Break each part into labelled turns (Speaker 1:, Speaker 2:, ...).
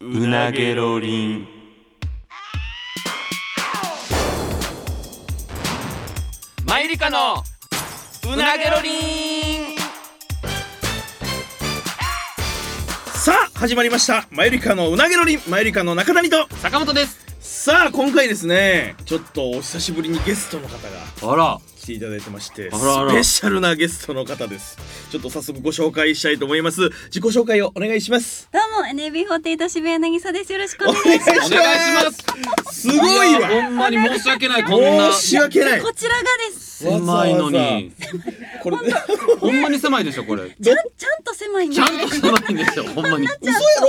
Speaker 1: うなげろりん
Speaker 2: マイリカのうなげろりん
Speaker 3: さあ始まりましたマユリカのうなげろりんマユリカの中谷と
Speaker 2: 坂本です
Speaker 3: さあ今回ですねちょっとお久しぶりにゲストの方が
Speaker 2: あら
Speaker 3: 来ていただいてまして
Speaker 2: あらあら
Speaker 3: スペシャルなゲストの方ですちょっと早速ご紹介したいと思います自己紹介をお願いします
Speaker 4: どうも NAB48 渋谷渚ですよろしくお
Speaker 3: お
Speaker 4: 願いし
Speaker 3: 願い
Speaker 4: ます
Speaker 3: します
Speaker 2: お願いし
Speaker 3: すごいわ
Speaker 2: ほんまに申し訳ないこんな
Speaker 3: 申し訳ない
Speaker 4: こちらがです
Speaker 2: 狭いの
Speaker 3: わざわ
Speaker 2: に
Speaker 3: ざこれ嘘や
Speaker 2: ほんまに狭いでしょこれ
Speaker 4: ちゃんちゃんと狭いんで
Speaker 2: ちゃんと狭いんですよほんまに
Speaker 3: ろ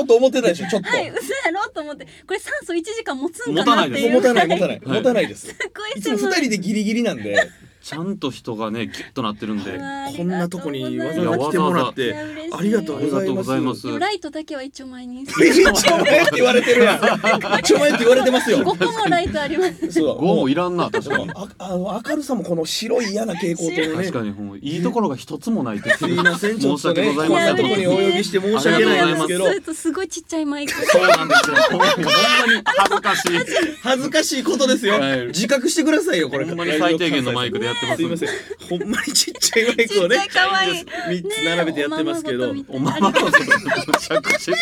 Speaker 3: と思ってたでしょちょっと、
Speaker 4: はい嘘やろと思ってこれ酸素1時間持つん
Speaker 2: 持
Speaker 4: か
Speaker 2: たな
Speaker 4: ないって
Speaker 2: です
Speaker 4: いう
Speaker 3: 持たない持たない、
Speaker 2: はい
Speaker 3: 持たないです
Speaker 4: すっ ごい
Speaker 3: いつも
Speaker 4: 狭
Speaker 3: 二
Speaker 4: い
Speaker 3: 人でギリギリなんで
Speaker 2: ちゃんと人がねギュッとなってるんで
Speaker 4: うわありが
Speaker 3: こんなとこにわざ
Speaker 4: とう
Speaker 3: わざ来てもらっ
Speaker 4: ござ
Speaker 3: て
Speaker 4: いますいや嬉しい
Speaker 3: ありがと
Speaker 2: ありがとう
Speaker 3: う
Speaker 2: ご
Speaker 3: ご
Speaker 2: ざ
Speaker 3: ざ
Speaker 2: い
Speaker 3: い
Speaker 2: ま
Speaker 3: ますす
Speaker 4: でもライトだけは一丁前に
Speaker 3: 一丁前って言われてるやん一丁前って言われてます
Speaker 4: 5
Speaker 3: よ
Speaker 4: 個もライトあります
Speaker 3: そう
Speaker 2: ゴもいらんな確かに
Speaker 3: ああの明るさもこの白い嫌な蛍光灯のね
Speaker 2: 確かにほんまいいところが一つもないです
Speaker 3: すいませんち
Speaker 2: 申
Speaker 3: ょっ
Speaker 2: し
Speaker 3: と
Speaker 2: 訳
Speaker 3: ね
Speaker 2: ござい
Speaker 3: こん
Speaker 2: ませ
Speaker 3: なんとこにお呼びして申し訳ないんですけど
Speaker 4: ありがとうございますそれとすごいちっちゃいマイク
Speaker 2: そうなんですよほんまに恥ずかしい
Speaker 3: 恥ずかしいことですよ、
Speaker 2: はい
Speaker 3: 自覚してくださいよこれ
Speaker 2: ほんまに最低限のマイクでやってます
Speaker 3: すいませんほんまにちっちゃいマイクをね
Speaker 4: ちっちゃい可愛い
Speaker 3: 3つ 並べてやってますけど、
Speaker 4: ねえ
Speaker 2: おままごとむちゃくちゃ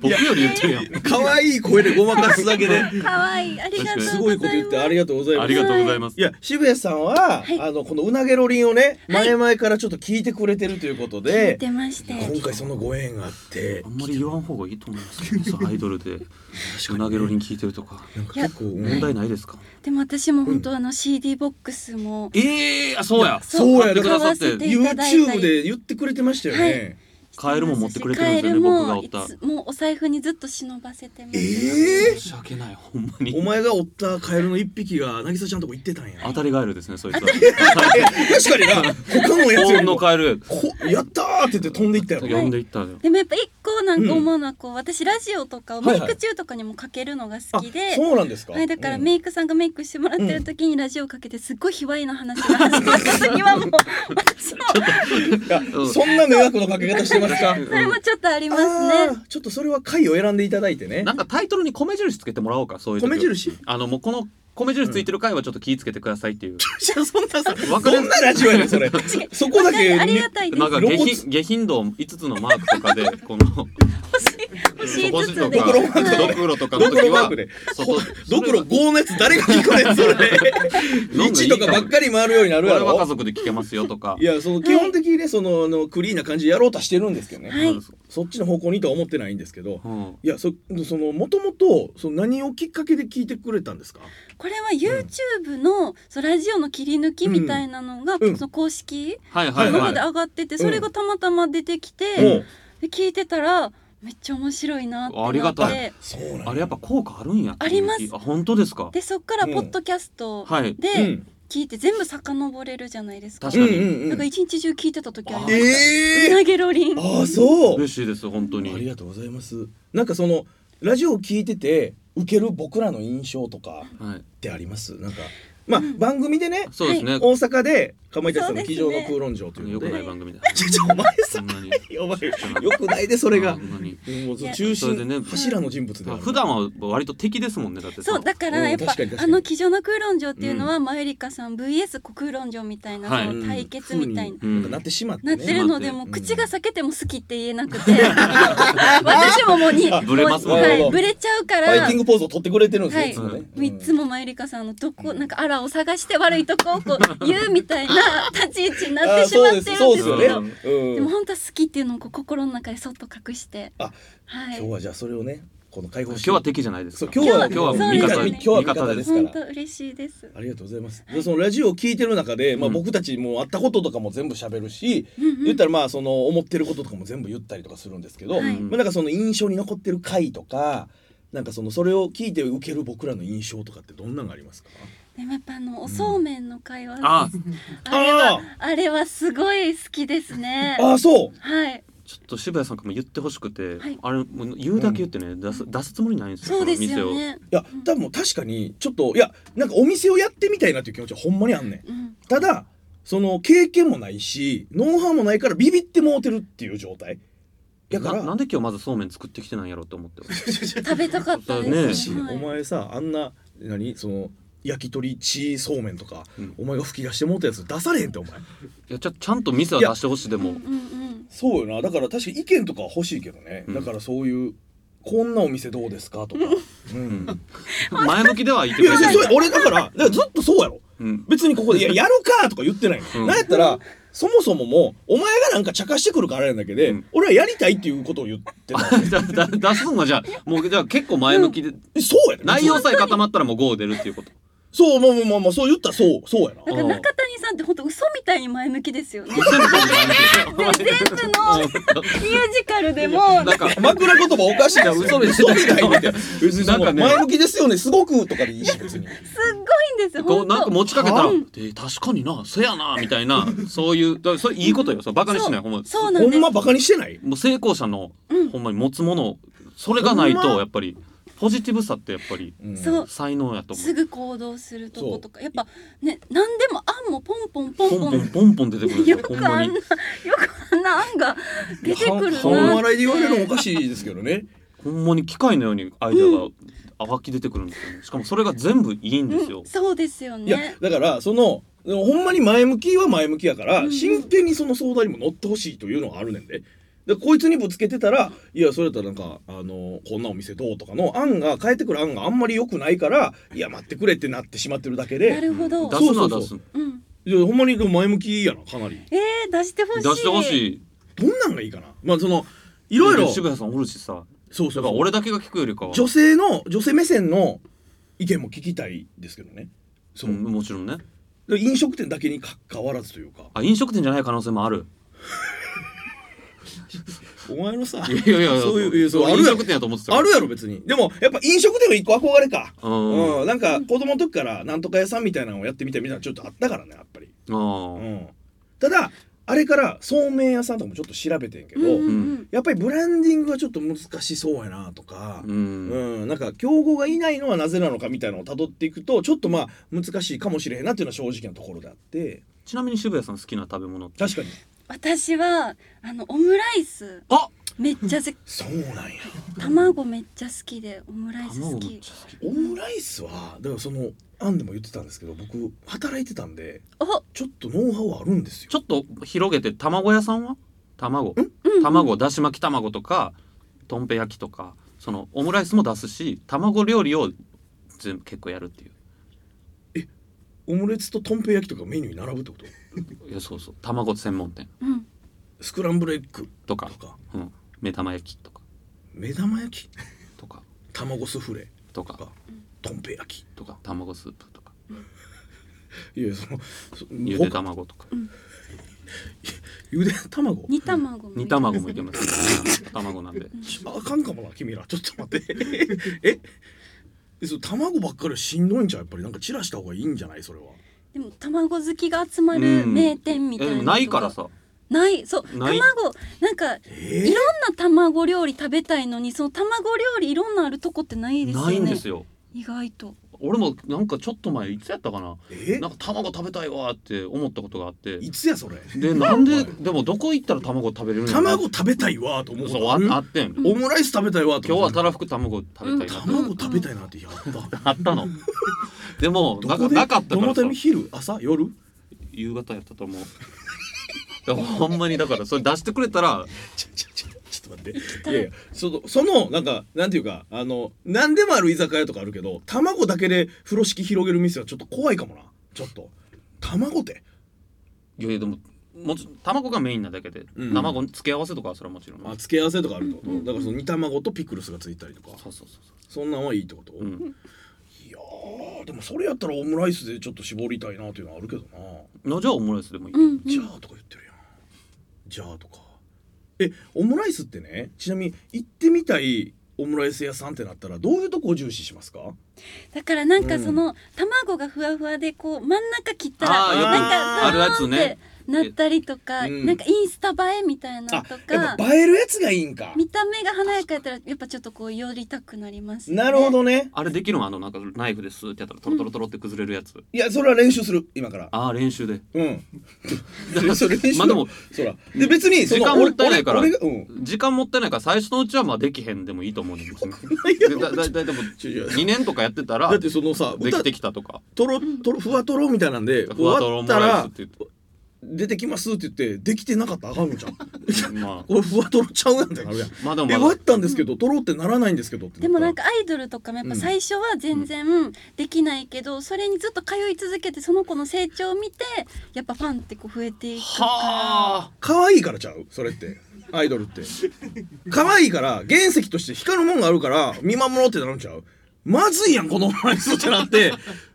Speaker 2: 僕より言ってるやん
Speaker 3: 可愛い声でごまかすだけで
Speaker 4: 可愛いありがとうございます
Speaker 3: すごいこと言ってありがとうございます
Speaker 2: ありがとうございます
Speaker 3: いや渋谷さんは、
Speaker 4: はい
Speaker 3: あのこのうなげろりんをね前々からちょっと聞いてくれてるということ
Speaker 4: 言っ
Speaker 3: で、
Speaker 4: てまして
Speaker 3: 今回そのご縁があって
Speaker 2: あんまり言わん方がいいと思います よ。そうアイドルで、うなげろりん聞いてるとか、
Speaker 3: なんか結構うん
Speaker 2: 問題ないですか。
Speaker 4: でも私も本当あの CD ボックスも
Speaker 2: ええあ、そうや。
Speaker 3: そう
Speaker 2: 買
Speaker 3: や
Speaker 2: ってくださっ
Speaker 4: 買わせ
Speaker 2: て
Speaker 4: て。いただいたり
Speaker 3: YouTube で言ってくれてましたよね、
Speaker 4: はい
Speaker 2: カエルも持ってくれてるんですよね僕がおった
Speaker 4: カエルもいつもお財布にずっと忍ばせてます、
Speaker 3: ええ
Speaker 2: 申し訳ない、ほんま
Speaker 3: お
Speaker 2: に。
Speaker 3: 前が追ったカエルの一匹が渚ちゃんとこ行ってたんや
Speaker 2: 当たりガエルですね、そいつは。
Speaker 3: 確かにな他
Speaker 2: 幸
Speaker 3: のやつよ
Speaker 2: 運
Speaker 3: り
Speaker 2: の
Speaker 3: も
Speaker 2: カエル。
Speaker 3: こやったーって言って飛んでいったよ、
Speaker 2: 呼んでいったのよ。
Speaker 4: でもやっぱ一個なんか思うのはこう、私ラジオとかを
Speaker 3: はいは
Speaker 4: メ
Speaker 3: い
Speaker 4: イク中とかにもかけるのが好
Speaker 3: あ
Speaker 4: きで、
Speaker 3: そうなんですか、
Speaker 4: はい、だから
Speaker 3: うん
Speaker 4: メイクさんがメイクしてもらってる時にラジオかけてすっごい卑猥な話が始まった時はもう私も
Speaker 3: いやそんな迷惑のかけ方してますか
Speaker 4: それもちょっとあります
Speaker 3: あ
Speaker 4: ね
Speaker 3: ーちょっとそれは回を選んでいただいてね
Speaker 2: なんかタイトルに米印つけてもらおうか、 そういう時は。
Speaker 3: 米印い
Speaker 2: あの、もうこの米印ついてる回はちょっと気ぃつけてくださいって いう。
Speaker 3: やそんなさ
Speaker 2: わか
Speaker 3: そ
Speaker 2: る
Speaker 3: んなラジオやねん それそこだけ
Speaker 4: ありがたいです
Speaker 2: なんか
Speaker 4: 欲
Speaker 2: 下
Speaker 3: 露骨
Speaker 2: 品、下品度五つのマークとかで、こ の。
Speaker 4: しい欲しい
Speaker 2: と
Speaker 4: つ
Speaker 2: か
Speaker 4: で
Speaker 3: ドクロマーク
Speaker 2: ド
Speaker 4: はい
Speaker 2: クロとかの
Speaker 3: ドク
Speaker 2: 時
Speaker 3: ロマー
Speaker 2: は
Speaker 3: クで
Speaker 2: 外
Speaker 3: ドクロ5のやつ誰が聞くねんそれ
Speaker 2: なんでいい
Speaker 3: 1とかばっかり回るようにな
Speaker 2: こ
Speaker 3: る
Speaker 2: れ
Speaker 3: や
Speaker 2: は家
Speaker 3: ろ
Speaker 2: 族で聞けますよとか
Speaker 3: いやその基本的にねそのあのクリーンな感じでやろうとはしてるんですけどね、
Speaker 4: はい
Speaker 3: そっちの方向にとは思ってないんですけど
Speaker 2: うん
Speaker 3: いやそそのもともとその何をきっかけで聞いてくれたんですか
Speaker 4: これは YouTube の、そうラジオの切り抜きみたいなのが、
Speaker 3: うん
Speaker 4: その公式
Speaker 2: はいは
Speaker 4: の
Speaker 2: い
Speaker 4: も
Speaker 2: は
Speaker 4: の
Speaker 2: い
Speaker 4: で上がってて、それがたまたま出てきて、
Speaker 3: も
Speaker 4: で聞いてたらめっちゃ面白いなって
Speaker 2: あり
Speaker 4: な
Speaker 2: が
Speaker 4: ったて
Speaker 3: そうなん
Speaker 2: あれやっぱ効果あるんやっていう
Speaker 4: あります
Speaker 2: あ本当ですか
Speaker 4: でそっから
Speaker 3: うん
Speaker 4: ポッドキャスト
Speaker 2: はい
Speaker 4: で聞いて全部遡れるじゃないですか、
Speaker 2: 確
Speaker 3: うん
Speaker 2: か
Speaker 3: うん
Speaker 2: に
Speaker 3: うんう
Speaker 4: なんか
Speaker 3: ん
Speaker 4: 一日中聞いてた時ありました、
Speaker 3: え
Speaker 4: う
Speaker 3: え
Speaker 4: なげろりん
Speaker 3: ああそう
Speaker 2: 嬉しいです本当
Speaker 3: あり
Speaker 2: に
Speaker 3: がとうございますなんかそのラジオを聞いてて受ける僕らの印象とか
Speaker 2: はい
Speaker 3: ってありますなんかまあ番組でね
Speaker 2: そうですね
Speaker 3: 大阪でかまいたちさんの「
Speaker 4: そうで
Speaker 3: 机
Speaker 4: すね
Speaker 3: 上の空論城」という
Speaker 2: よ
Speaker 3: の
Speaker 2: くない
Speaker 3: で
Speaker 2: 番組で
Speaker 3: ちょちょお前
Speaker 2: そ
Speaker 3: さ
Speaker 2: んなに
Speaker 3: お前よくないでそれ
Speaker 2: あ
Speaker 3: が
Speaker 2: ほんまに
Speaker 3: もう
Speaker 4: いや
Speaker 3: 中
Speaker 2: それでね
Speaker 3: 心柱の人物である
Speaker 2: 普段は割と敵ですもんねだって
Speaker 4: そうだからやっ
Speaker 3: うん
Speaker 4: ぱ
Speaker 3: 確かに確か
Speaker 4: あ
Speaker 3: に
Speaker 4: の「机上の空論城」っていうのは、マユリカさん VS コ空論城みたいな、
Speaker 2: はい
Speaker 4: その対決みたいな。
Speaker 2: う
Speaker 3: なん
Speaker 2: ん
Speaker 3: かなってしまって
Speaker 4: な
Speaker 3: ね
Speaker 4: ってるので、
Speaker 2: うん
Speaker 4: もう口が裂けても好きって言え なくて、私ももうに、
Speaker 2: ブレます
Speaker 4: も
Speaker 2: もん
Speaker 4: う、は
Speaker 3: なるほど
Speaker 4: い、ブレちゃうか
Speaker 3: ファイ
Speaker 4: ら
Speaker 3: ティン、グポーズを取ってくれてるんですよ、
Speaker 4: はい
Speaker 3: いつもね。
Speaker 4: いつもまゆりかさんのどこなんかあらを探して悪いとこをこ う言うみたいな立ち位置になってしまってるんです
Speaker 3: そうで
Speaker 4: け
Speaker 3: す
Speaker 4: ど
Speaker 3: よ
Speaker 4: で
Speaker 3: ね。
Speaker 2: うん
Speaker 3: うん
Speaker 4: も。本当は好きっていうのをこう心の中でそっと隠して
Speaker 3: あ今
Speaker 4: はい
Speaker 3: 日はじゃあそれをね、この解放
Speaker 2: 今
Speaker 3: し
Speaker 2: 日
Speaker 3: て。
Speaker 2: は敵じゃないです
Speaker 3: そう
Speaker 2: か
Speaker 3: 今日は
Speaker 2: 今日は
Speaker 4: そう
Speaker 2: 味
Speaker 4: です
Speaker 2: 方で
Speaker 4: ね今
Speaker 3: 日は味方です
Speaker 4: 本当嬉し いです
Speaker 3: ありがとうございます。でそのラジオを聞いてる中で、まあ
Speaker 2: うん
Speaker 3: 僕たちもう会ったこととかも全部喋るし、
Speaker 4: うんうん
Speaker 3: 言ったらまあその思ってることとかも全部言ったりとかするんですけど、
Speaker 4: はい
Speaker 3: まあなんかその印象に残ってる回とか、なんかそのそれを聞いて受ける僕らの印象とかってどんなのがありますか？
Speaker 4: でもやっぱあのおそうめんの会話
Speaker 2: あ
Speaker 4: あれ
Speaker 3: あ
Speaker 4: は
Speaker 3: ー
Speaker 4: あれはすごい好きですね
Speaker 3: ああそう。
Speaker 4: はい
Speaker 2: ちょっと渋谷さんからも言ってほしくて
Speaker 4: はい
Speaker 2: あれもう言うだけ言ってね出す出すつもりないんですよ
Speaker 4: そうですよ
Speaker 2: この店を
Speaker 4: ね
Speaker 3: いや多分確かにちょっといやなんかお店をやってみたいなっていう気持ちはほんまにあんねん。
Speaker 4: うん
Speaker 3: ただその経験もないしノウハウもないからビビってもうてるっていう状態やから
Speaker 2: なな んで今日まずそうめん作ってきてないんやろうと思って
Speaker 4: 食べたかったです、
Speaker 2: ね
Speaker 4: はい
Speaker 3: お前さあんな何その焼き鳥チーそうめんとか、
Speaker 2: うん
Speaker 3: お前が吹き出してもうたやつ出されへんってお前
Speaker 2: いやちゃちゃんと店は出してほしいで
Speaker 4: うんう
Speaker 2: も
Speaker 4: んうん
Speaker 3: そうよなだから確かに意見とかは欲しいけどね、
Speaker 2: うん
Speaker 3: だからそういうこんなお店どうですかとか、う
Speaker 2: うんん、前向きではいい
Speaker 3: い
Speaker 2: けど
Speaker 3: や、それ俺だから、だからずっとそうやろ。
Speaker 2: うん
Speaker 3: 別にここで、いや、やるかとか言ってないの。
Speaker 2: うん
Speaker 3: なんやったら、そもそももう、お前がなんか茶化してくるからやんだけで、
Speaker 2: うん
Speaker 3: 俺はやりたいっていうことを言ってた。
Speaker 2: だだ出すんはじゃあもうじゃあ結構前向きで、
Speaker 3: えそうやで
Speaker 2: 内容さえ固まったらもう GO 出るっていうこと
Speaker 3: そう、もう、もう、もう、もうそう言ったらそう、そうやな。
Speaker 4: なんか中谷さんって本当嘘みたいに前向きですよね。
Speaker 2: 全部 前向き
Speaker 4: 全部のミュージカルでも
Speaker 2: なんか
Speaker 3: 枕言葉おかしいな、
Speaker 2: 嘘みたい
Speaker 3: 嘘みたいみたいな。別にそ
Speaker 2: な
Speaker 3: の
Speaker 2: んかね
Speaker 3: 前向きですよね、すごくとかでいいし、別に。
Speaker 4: すっごいんですよ。
Speaker 2: こう
Speaker 4: 本
Speaker 2: なんか
Speaker 4: 当
Speaker 2: 持ちかけたら
Speaker 4: う
Speaker 2: 「で確かになせやな」みたいなそういうだからそれいいことよそうバカにしないほんま
Speaker 4: そうなん
Speaker 3: ほ
Speaker 4: で
Speaker 3: ん
Speaker 4: す。
Speaker 3: まバカにしてない
Speaker 2: もう成功者の
Speaker 4: うん
Speaker 2: ほんまに持つものそれがない
Speaker 3: ほんま
Speaker 2: とやっぱりポジティブさってやっぱり
Speaker 3: うん
Speaker 4: そう
Speaker 2: 才能やと思
Speaker 4: す
Speaker 2: う
Speaker 4: ぐ行動するとことかやっぱね何でも案もポンポンポン
Speaker 2: ポン
Speaker 4: ポ
Speaker 2: ポ
Speaker 4: ン
Speaker 2: ンポンポン出てくるんです
Speaker 4: よ
Speaker 2: よほん
Speaker 4: くあ
Speaker 2: ま
Speaker 4: んな
Speaker 2: に
Speaker 4: よくあんな案が出てくるなって。
Speaker 3: 半笑いで言われるのおかしいですけどね。
Speaker 2: ほんまに機械のようにアイデアが湧き出てくるんですよねしかもそれが全部いいんですよ
Speaker 4: うんそうですよ
Speaker 3: いや
Speaker 4: ね。
Speaker 3: だからそのでもほんまに前向きは前向きやから、
Speaker 4: うんうん
Speaker 3: 真剣にその相談にも乗ってほしいというのはあるねんで。でこいつにぶつけてたらいやそれやったらなんかあのこんなお店どうとかの案が変えてくる案があんまり良くないからいや待ってくれってなってしまってるだけ
Speaker 4: な
Speaker 3: で
Speaker 4: るほど
Speaker 2: 出。
Speaker 3: そう
Speaker 2: すのは出
Speaker 3: そ
Speaker 2: す
Speaker 4: うん。
Speaker 3: いやほんまにでも前向きやなかなり
Speaker 4: えー、出してほしい。
Speaker 2: 出してほしい
Speaker 3: どんなんがいいかなまあそのいろいろそ
Speaker 2: 渋谷さんおるしさ
Speaker 3: うそ
Speaker 2: だ
Speaker 3: う
Speaker 2: から
Speaker 3: そう
Speaker 2: 俺だけが聞くよりかは
Speaker 3: 女性の女性目線の意見も聞きたいですけどねそうう、
Speaker 2: んもちろんね
Speaker 3: で飲食店だけにか関わらずというか
Speaker 2: あ飲食店じゃない可能性もある
Speaker 3: お前のさ
Speaker 2: いやいやいや
Speaker 3: そういういやそうある
Speaker 2: 飲
Speaker 3: やろ
Speaker 2: 食店やと思ってた
Speaker 3: あるやろ別にでもやっぱ飲食店が一個憧れか
Speaker 2: う
Speaker 3: うんん、なんか子供の時からなんとか屋さんみたいなのをやってみたいみたいなのちょっとあったからねやっぱり、う
Speaker 2: あ
Speaker 3: ん、ただあれからそうめん屋さんとかもちょっと調べてんけど、
Speaker 4: うんうんうん。
Speaker 3: やっぱりブランディングはちょっと難しそうやなとか
Speaker 2: あ、
Speaker 3: う
Speaker 2: うんん
Speaker 3: なんか競合がいないのはなぜなのかみたいなのをたどっていくとちょっとまあ難しいかもしれへんなっていうのは正直なところであって
Speaker 2: ちなみに渋谷さん好きな食べ物って
Speaker 3: 確かに
Speaker 4: 私はあのオムライス
Speaker 2: あ
Speaker 4: めっちゃ好き。
Speaker 3: そうなんや
Speaker 4: 卵めっちゃ好きでオムライス
Speaker 2: 卵
Speaker 4: 好
Speaker 2: めっ
Speaker 4: き。
Speaker 2: ちゃ好き
Speaker 3: オムライスはだからそのアンでも言ってたんですけど僕働いてたんで
Speaker 4: お、
Speaker 3: ちょっとノウハウあるんですよ
Speaker 2: ちょっと広げて卵屋さんは卵
Speaker 4: うん、
Speaker 2: 卵だし巻き卵とかとんぺ焼きとかそのオムライスも出すし卵料理を全部結構やるってい
Speaker 3: オムレツととんぺ焼きとかメニューに並ぶってこと
Speaker 2: ういやそうそう卵専門店
Speaker 4: うん、
Speaker 3: スクランブルエッグ
Speaker 2: と
Speaker 3: と
Speaker 2: か、
Speaker 3: か
Speaker 2: うん、目玉焼きとか
Speaker 3: 目玉焼き
Speaker 2: とか
Speaker 3: 卵スフレ
Speaker 2: と
Speaker 3: と
Speaker 2: か
Speaker 3: かとんぺ焼
Speaker 2: とか卵スープとか
Speaker 3: きいやそのそ
Speaker 2: ゆで卵とか
Speaker 3: ゆで卵
Speaker 4: 煮卵も
Speaker 2: 煮卵もいけます卵なんで
Speaker 3: あかんかもな君らちょっと待って ええそう卵ばっかりはしんどいんじゃうやっぱりなんか散らした方がいいんじゃないそれは
Speaker 4: でも卵好きが集まる名店みたい
Speaker 2: え
Speaker 4: な、
Speaker 2: でもないからさ
Speaker 4: ないそう
Speaker 2: ない
Speaker 4: 卵なんか
Speaker 3: え
Speaker 4: いろんな卵料理食べたいのにその卵料理いろんなあるとこってないですよね
Speaker 2: ないんですよ
Speaker 4: 意外と
Speaker 2: 俺もなんかちょっと前いつやったかな
Speaker 3: え
Speaker 2: なんか卵食べたいわーって思ったことがあって
Speaker 3: いつやそれ
Speaker 2: でなんででもどこ行ったら卵食べれるんやろ
Speaker 3: 卵食べたいわーと思う
Speaker 2: そうああってん
Speaker 3: オムライス食べたいわーと
Speaker 2: 今日
Speaker 3: 思
Speaker 2: は
Speaker 3: う
Speaker 2: たらふく卵食べたいなって、
Speaker 3: 卵食べたいなってやっ
Speaker 2: あ
Speaker 3: た
Speaker 2: ったの でも
Speaker 3: ど
Speaker 2: な
Speaker 3: こ
Speaker 2: か
Speaker 3: で
Speaker 2: なかった
Speaker 3: ど
Speaker 2: か
Speaker 3: の
Speaker 2: らさ
Speaker 3: タイミング昼朝夜
Speaker 2: 夕方やったと思う でもほんまにだからそれ出してくれたら
Speaker 3: ちょちょちょちょっと待って
Speaker 4: た
Speaker 3: い
Speaker 4: い
Speaker 3: やいやそのそのなんかなんていうかあの何でもある居酒屋とかあるけど卵だけで風呂敷広げる店はちょっと怖いかもなちょっと卵って
Speaker 2: いやいやでももち卵がメインなだけで、
Speaker 3: うん
Speaker 2: 卵の付け合わせとかはそれはもちろん
Speaker 3: あ付け合わせとかあるってこと
Speaker 4: うんうん
Speaker 3: だからその煮卵とピクルスがついたりとか
Speaker 2: そうそうそうそ
Speaker 3: そんなんはいいってこと、
Speaker 2: う、うん、
Speaker 3: いやーでもそれやったらオムライスでちょっと絞りたいなっていうのはあるけどな、
Speaker 2: のじゃあオムライスでもいい、
Speaker 4: うんうん
Speaker 3: じゃあとか言ってるやんじゃあとかえオムライスってねちなみに行ってみたいオムライス屋さんってなったらどういうとこを重視しますか
Speaker 4: だからなん
Speaker 3: う
Speaker 4: か
Speaker 3: ん
Speaker 4: その、卵がふわふわでこう真ん中切った
Speaker 2: あーよ
Speaker 4: ら
Speaker 2: く
Speaker 4: なん
Speaker 2: あ
Speaker 4: か
Speaker 2: るやつね
Speaker 4: ドーンってなったりとか、
Speaker 3: うん
Speaker 4: なんかインスタ映えみたいな
Speaker 3: あ
Speaker 4: のと
Speaker 3: やっ
Speaker 4: か
Speaker 3: ぱ映えるやつがいいんか
Speaker 4: 見た目が華やかやったらやっぱちょっとこう寄りたくなります、ね、
Speaker 3: なるほどね
Speaker 2: あれできるんあのなんかナイフでスーってやったらトロトロトロって崩れるやつ、
Speaker 3: いやそれは練習する今から
Speaker 2: ああ練習で
Speaker 3: うん それ練習
Speaker 2: まあでも
Speaker 3: そらで別にその
Speaker 2: 時間もったいないから
Speaker 3: 俺俺俺がうん
Speaker 2: 時間もったいないから最初のうちはまあできへんでもいいと思うんです よだだだでも
Speaker 3: ちょいや
Speaker 2: 2年とかやってたら
Speaker 3: だってそのさ
Speaker 2: でき
Speaker 3: 歌
Speaker 2: てきたとか
Speaker 3: トロトロふわとろみたいなんで
Speaker 2: ふわとろオ
Speaker 3: 終わっ
Speaker 2: ム
Speaker 3: た
Speaker 2: ライス
Speaker 3: ら
Speaker 2: って
Speaker 3: 出てきますって言ってできてなかったらあかんのじゃん
Speaker 2: 言って まあ
Speaker 3: これふわとろちゃうやんってなるやん
Speaker 2: まあで
Speaker 3: え
Speaker 2: も
Speaker 3: 終わ
Speaker 2: ま
Speaker 3: っ
Speaker 2: だ
Speaker 3: たんですけどとろってならないんですけどって
Speaker 4: でもなん
Speaker 3: か
Speaker 4: かアイドルとかもやっぱ最初は全然できないけど、それにずっと通い続けてその子の成長を見てやっぱファンってこう増えていくから
Speaker 2: はあ
Speaker 3: 可愛いからちゃうそれってアイドルっ て可愛いから原石として光るもんがあるから見守ろうってなるんちゃうまずいやんこのオムライスってなって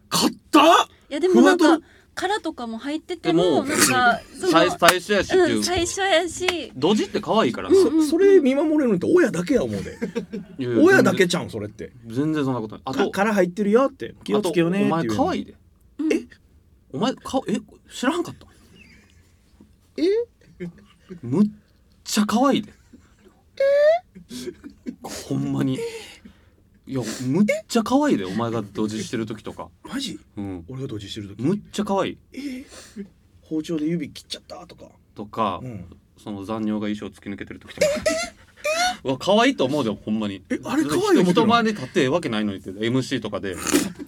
Speaker 3: 買った
Speaker 4: いやでもなん
Speaker 3: ふわ
Speaker 4: か
Speaker 3: と
Speaker 4: 殻とかも入ってて
Speaker 2: でも
Speaker 4: もなんかその
Speaker 2: 最最初やしって
Speaker 4: う
Speaker 2: い
Speaker 4: ん、
Speaker 2: う
Speaker 4: 最初やし
Speaker 2: ドジって可愛いから
Speaker 4: うん
Speaker 3: そそれ見守れるのって親だけや思うで
Speaker 2: いやいや
Speaker 3: 親だけちゃうんそれって
Speaker 2: 全然全然そんなことないあ
Speaker 3: か
Speaker 2: と
Speaker 3: 殻入ってるよって気をつけようね
Speaker 2: あ
Speaker 3: っ
Speaker 2: とお前
Speaker 3: ていう
Speaker 2: 可愛いで
Speaker 4: うん
Speaker 2: えお前顔え知らんかった
Speaker 3: え
Speaker 2: むっちゃ可愛いでほんまにいやむっちゃ可愛いでお前がドジしてる時とか
Speaker 3: マジ
Speaker 2: うん
Speaker 3: 俺が同時してる時
Speaker 2: むっちゃ可愛い
Speaker 3: 包丁で指切っちゃったとか
Speaker 2: とか、
Speaker 3: うん
Speaker 2: その残尿が衣装突き抜けてる時とか。 うわ可愛いと思うでほんまに
Speaker 3: えあれ可愛い思ってるの
Speaker 2: 人人前で立ってええわけないのにって MC とかで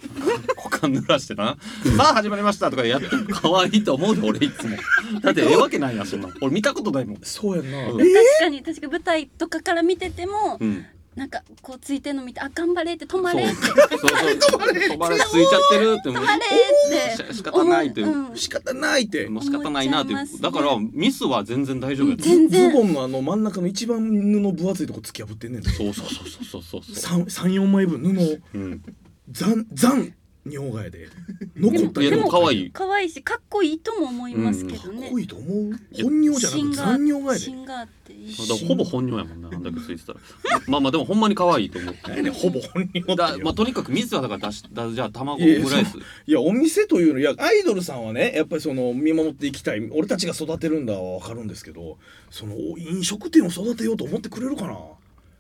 Speaker 2: 股間濡らしてな 「さあ始まりました」とかやっても可愛いと思うで俺いつもだってええわけないやんそんな俺見たことないもん
Speaker 3: そうやんな
Speaker 2: うん
Speaker 3: え
Speaker 4: 確かに確かに舞台とかから見てても、
Speaker 2: うん
Speaker 4: なんかこうついてんの見てあ頑張れって止まれって
Speaker 2: そうそうそう 止まれついちゃってるっても
Speaker 4: 止
Speaker 2: う
Speaker 4: まれ
Speaker 2: し仕方ないっ
Speaker 4: って
Speaker 2: て
Speaker 4: 思ううん
Speaker 3: 仕方ないって
Speaker 2: もう仕方ないなって
Speaker 4: 思っちゃいますね
Speaker 2: だからミスは全然大丈夫や
Speaker 4: 全
Speaker 3: ズ
Speaker 4: 然
Speaker 3: ボンのあの真ん中の一番布分厚いとこ突き破ってんねん
Speaker 2: そうそうそうそうそうそ
Speaker 3: 34枚分布を
Speaker 2: う、うん、
Speaker 3: ザンザン尿がやで残った
Speaker 2: いやでも可愛い
Speaker 4: 可愛いしかっこいいとも思いますけど
Speaker 3: か
Speaker 4: ね
Speaker 3: っこいいと思う本尿じゃなくて残尿がやで
Speaker 4: 芯があっていい
Speaker 2: だからほぼ本人やもんなあんだけついてたらまあまあでもほんまに可愛いと思う
Speaker 3: 何やねんほぼ本尿っ
Speaker 2: だ
Speaker 3: ていう
Speaker 2: まあ、とにかく水はだから出しだじゃあ卵オ
Speaker 3: いやいや
Speaker 2: ムライス
Speaker 3: いやお店というのいやアイドルさんはねやっぱりその見守っていきたい俺たちが育てるんだは分かるんですけどそのお飲食店を育てようと思ってくれるかな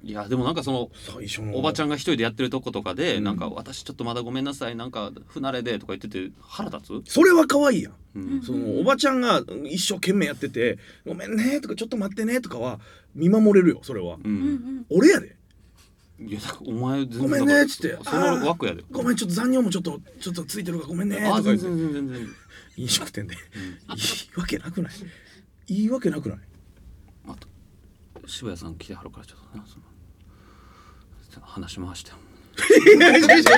Speaker 3: い
Speaker 2: やでもなんかその
Speaker 3: 最初の
Speaker 2: おばちゃんが一人でやってるとことかで、
Speaker 3: うん
Speaker 2: なんか私ちょっとまだごめんなさいなんか不慣れでとか言ってて腹立つ、
Speaker 3: それは可愛いや
Speaker 2: う
Speaker 3: ん
Speaker 2: ん
Speaker 3: そのおばちゃんが一生懸命やってて「ごめんね」とか「ちょっと待ってね」とかは見守れるよそれは
Speaker 2: う
Speaker 4: うんうんん
Speaker 3: 俺やで
Speaker 2: いやだからお前全
Speaker 3: ごめんねっつって
Speaker 2: だからその枠やで
Speaker 3: 「ごめんちょっと残尿もちょっとちょっとついてるからごめんね」と
Speaker 2: あ
Speaker 3: か
Speaker 2: あ
Speaker 3: 言
Speaker 2: 全
Speaker 3: って
Speaker 2: 然全然全然、
Speaker 3: 飲食店でいいわけなくないいいわけなく ない
Speaker 2: また渋谷さん来てはるからちょっとなそのちょっと話し回して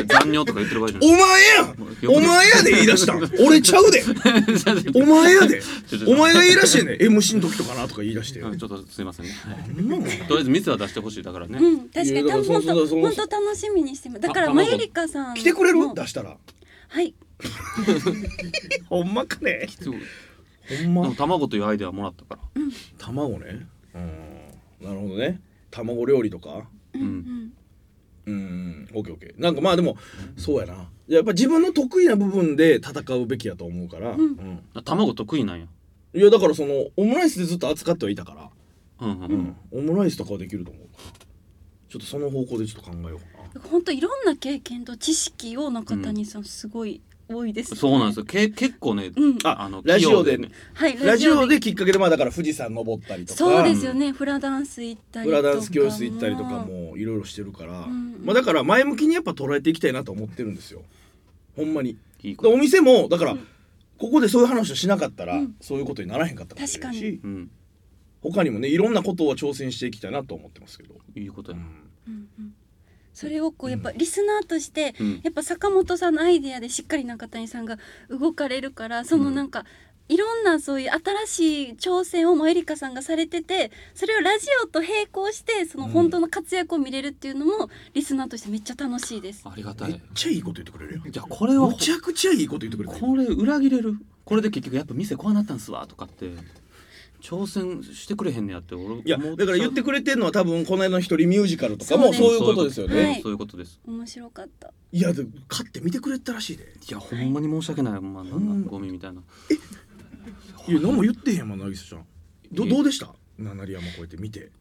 Speaker 2: 残尿とか言ってる場合じゃ
Speaker 3: お
Speaker 2: ない
Speaker 3: 前やんお前やで言い出したん俺ちゃ うでお前やでお前が言い出してんねん MC の時とかなとか言い出して
Speaker 2: うんちょっとすいませんね、はい
Speaker 3: なんなん
Speaker 2: とりあえず水は出してほしいだからね、
Speaker 4: うん、確か
Speaker 3: いや
Speaker 4: に
Speaker 3: だから
Speaker 4: 多分
Speaker 3: そ
Speaker 4: 本
Speaker 3: うそう
Speaker 4: 当
Speaker 3: そう
Speaker 4: 本当楽しみにしてますだから
Speaker 2: あ
Speaker 4: マ
Speaker 2: 卵
Speaker 4: ユリカさん
Speaker 3: 来てくれる
Speaker 4: も
Speaker 3: 出したら
Speaker 4: はい
Speaker 3: ほんまかね
Speaker 2: そうで
Speaker 3: ほん
Speaker 2: も卵というアイデアもらったから、
Speaker 3: 卵ねうんなるほどね卵料理とか
Speaker 2: う、
Speaker 4: うんん
Speaker 3: うんオッケーオッケーなんかまあでもそうやなやっぱ自分の得意な部分で戦うべきやと思うから、
Speaker 4: うん
Speaker 2: 卵得意なんや
Speaker 3: うんいやだからそのオムライスでずっと扱ってはいたから、
Speaker 2: うんうん、
Speaker 3: オムライスとかはできると思うからちょっとその方向でちょっと考えようかな
Speaker 4: 本当いろんな経験と知識を中谷さんすごい多いです、ね
Speaker 2: そうなんですよけ結構ね、
Speaker 4: うん
Speaker 2: あの
Speaker 3: ラジオで
Speaker 2: 器用
Speaker 4: はい
Speaker 3: ラジオできっかけでまあだから富士山登ったりとか
Speaker 4: そうですよねフラダンス行ったり
Speaker 3: フ
Speaker 4: とか
Speaker 3: ラ
Speaker 4: も
Speaker 3: ダンス教室行ったりとかもいろいろしてるから、
Speaker 4: ん
Speaker 3: まあだから前向きにやっぱ捉えていきたいなと思ってるんですよほんまに
Speaker 2: いい
Speaker 3: で
Speaker 2: こと
Speaker 3: お店もだから、ここでそういう話をしなかったら、
Speaker 4: うん
Speaker 3: そういうことにならへんかったかもしれないし
Speaker 2: うん
Speaker 3: 他にもねいろんなことを挑戦していきたいなと思ってますけど、
Speaker 2: いいことやな
Speaker 4: うんうんそれをこうやっぱリスナーとして、
Speaker 2: うん
Speaker 4: やっぱ坂本さんのアイデアでしっかり中谷さんが動かれるからそのなんか、いろんなそういう新しい挑戦をもえりかさんがされててそれをラジオと並行してその本当の活躍を見れるっていうのもリスナーとしてめっちゃ楽しいです。
Speaker 2: ありがた
Speaker 3: めっ
Speaker 2: い
Speaker 3: ちゃいいこと言ってくれるやん
Speaker 2: じゃあこれは
Speaker 3: むちゃくちゃいいこと言ってくれる
Speaker 2: これ裏切れるこれで結局やっぱ店こうなったんすわとかって挑戦してくれへんねやって俺
Speaker 3: いやだから言ってくれてるのは多分この間の一人ミュージカルとか
Speaker 4: そう
Speaker 3: も
Speaker 4: です
Speaker 3: そういうことですよね、
Speaker 4: はい
Speaker 2: そういうことです
Speaker 4: 面白かった。
Speaker 3: いやで買って見てくれたらしいで
Speaker 2: いやほんまに申し訳ないほんまなん
Speaker 3: ん
Speaker 2: かゴミみたいな
Speaker 3: いや何も言ってへんもん渚ちゃんどどうでした七里山越えて見て